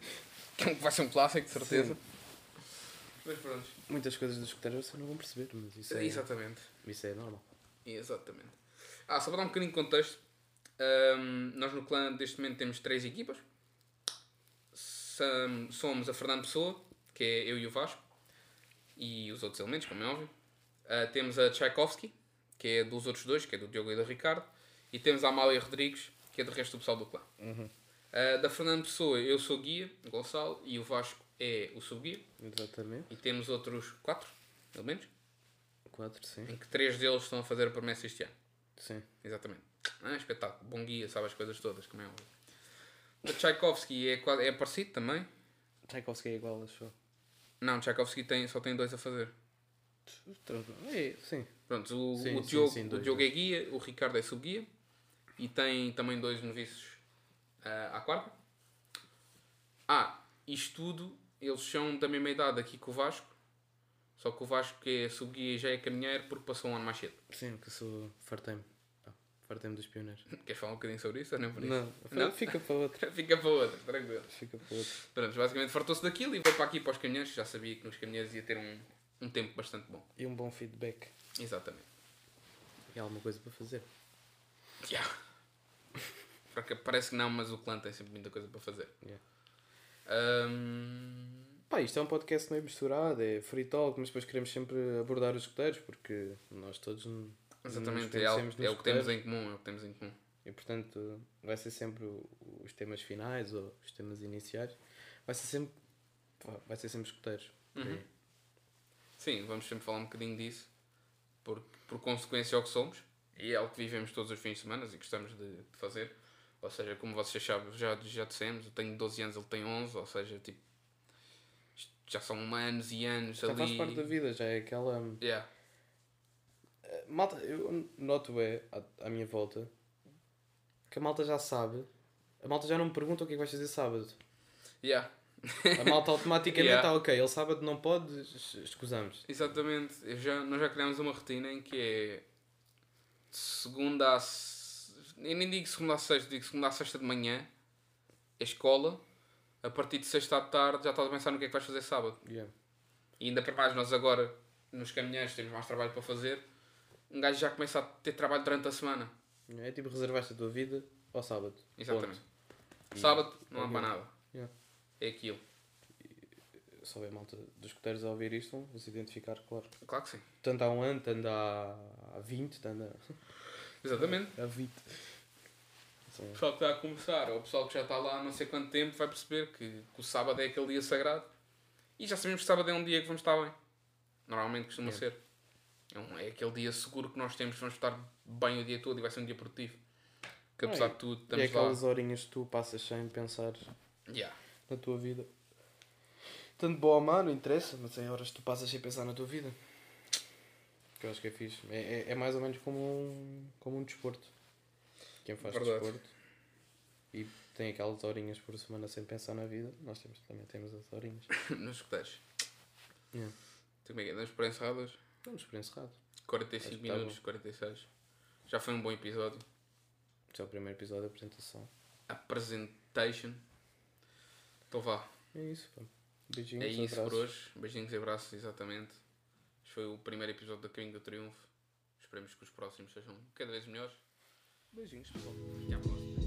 que é um- vai ser um clássico, de certeza. Mas pronto.
conversa. Muitas coisas dos escuteiros vocês não vão perceber, mas isso é,
Exatamente.
isso é normal.
Exatamente. Ah, só para dar um bocadinho de contexto, hum, nós no clã deste momento temos três equipas. Sam- somos a Fernando Pessoa, que é eu e o Vasco, e os outros elementos, como é óbvio. Ah, temos a Tchaikovsky, que é dos outros dois, que é do Diogo e do Ricardo, e temos a Amália Rodrigues, que é do resto do pessoal do clã. Ah, da Fernando Pessoa, eu sou guia, Gonçalo, e o Vasco é o subguia,
Exatamente.
e temos outros quatro elementos,
Quatro, sim.
em que três deles estão a fazer a promessa este ano.
Sim.
Exatamente. Ah, espetáculo. Bom guia, sabe as coisas todas, como é óbvio. O Tchaikovsky é, quase, é parecido também?
Tchaikovsky é igual, achou?
Não, Tchaikovsky tem, só tem dois a fazer.
É, sim.
Pronto, o,
Sim,
o
sim,
Diogo,
sim,
o
dois,
Diogo é guia, o Ricardo é subguia e tem também dois noviços ah, à quarta. Ah, isto tudo, eles são da mesma idade aqui que o Vasco, só que o Vasco que é subguia e já é caminheiro porque passou um ano mais cedo. (coughs)
Sim, que eu sou. Fartei-me. Pá, Fartei-me dos pioneiros.
Queres falar um bocadinho sobre isso ou nem por isso?
Não,
(laughs) Não?
fica para
(laughs)
outro.
Fica para outra, tranquilo.
Fica para outro.
Pronto, basicamente fartou-se daquilo e veio para aqui para os caminhões. Já sabia que nos caminhões ia ter um, um tempo bastante bom.
E um bom feedback.
Exatamente.
E alguma coisa para fazer.
Yeah. Porque parece que não, mas o clã tem sempre muita coisa para fazer.
Yeah.
Ahm,
Pá, isto é um podcast meio misturado, é free talk, mas depois queremos sempre abordar os escuteiros porque nós todos. n- nos
exatamente, é,
conhecemos
algo-
nos
é o que temos
escuteiros.
em comum. É o que temos em comum.
E portanto, vai ser sempre o- os temas finais ou os temas iniciais. Vai ser sempre. pá, Vai ser sempre escuteiros. É.
Uhum. Sim, vamos sempre falar um bocadinho disso. Porque, por consequência, é o que somos. E é o que vivemos todos os fins de semana e gostamos de, de fazer. Ou seja, como vocês sabem, já, já dissemos, eu tenho 12 anos, ele tem 11. Ou seja, tipo... isto Já são um anos e anos
Já
ali.
faz parte da vida, já é aquela. eh,
Yeah.
Malta, eu noto é à, à minha volta que a malta já sabe. A malta já não me pergunta o que é que vais fazer sábado.
Yeah.
A
(laughs)
malta automaticamente
Yeah.
ah, ok, ele sábado não pode, es- escusamos.
Exatamente. Eu já, nós já criámos uma rotina em que é de segunda a. se- Eu nem digo segunda a sexta, digo segunda a sexta de manhã, é escola. A partir de sexta à tarde já estás a pensar no que é que vais fazer sábado.
Yeah.
E ainda para mais, nós agora, nos caminhões, temos mais trabalho para fazer. Um gajo já começa a ter trabalho durante a semana.
É tipo reservaste a tua vida ao sábado.
Exatamente.
Ponto.
Sábado não há
Ok.
para nada.
Yeah.
É aquilo.
Se houver malta dos escuteiros a ouvir isto, vão se identificar, claro.
Claro que sim.
Tanto há um ano, tanto há, há 20, tanto há,
Exatamente.
há 20. Só-
O pessoal que está a começar, ou o pessoal que já está lá há não sei quanto tempo, vai perceber que, que o sábado é aquele dia sagrado. E já sabemos que sábado é um dia que vamos estar bem. Normalmente costuma ser. É, um- é aquele dia seguro que nós temos, vamos estar bem o dia todo e vai ser um dia produtivo. Que
Ah,
apesar
e-
de tudo,
E é
estamos lá.
aquelas horinhas que tu passas sem pensar
Yeah. (laughs)
na tua vida. Tanto boa ou má, não interessa, mas é horas que tu passas sem pensar na tua vida. Que eu acho que é fixe. É, é, é mais ou menos como um, como um desporto. Quem faz
Verdade.
desporto e tem aquelas horinhas por semana sem pensar na vida, nós temos, também temos as
(laughs)
horinhas.
Nos escuteiros.
Yeah.
Então, como é que é? Damos por encerradas?
Estamos por um encerrado.
45
Acho que tá
minutos, 46. Já foi um bom episódio.
Este é o primeiro episódio da apresentação.
Apresentation. Então vá.
É isso, um pá. Beijinhos,
É isso por
abraços.
hoje. Beijinhos e abraços, exatamente. Este foi o primeiro episódio da Caminho do Triunfo. Esperemos que os próximos sejam cada vez melhores.
Beijinhos, pessoal.
E à próxima.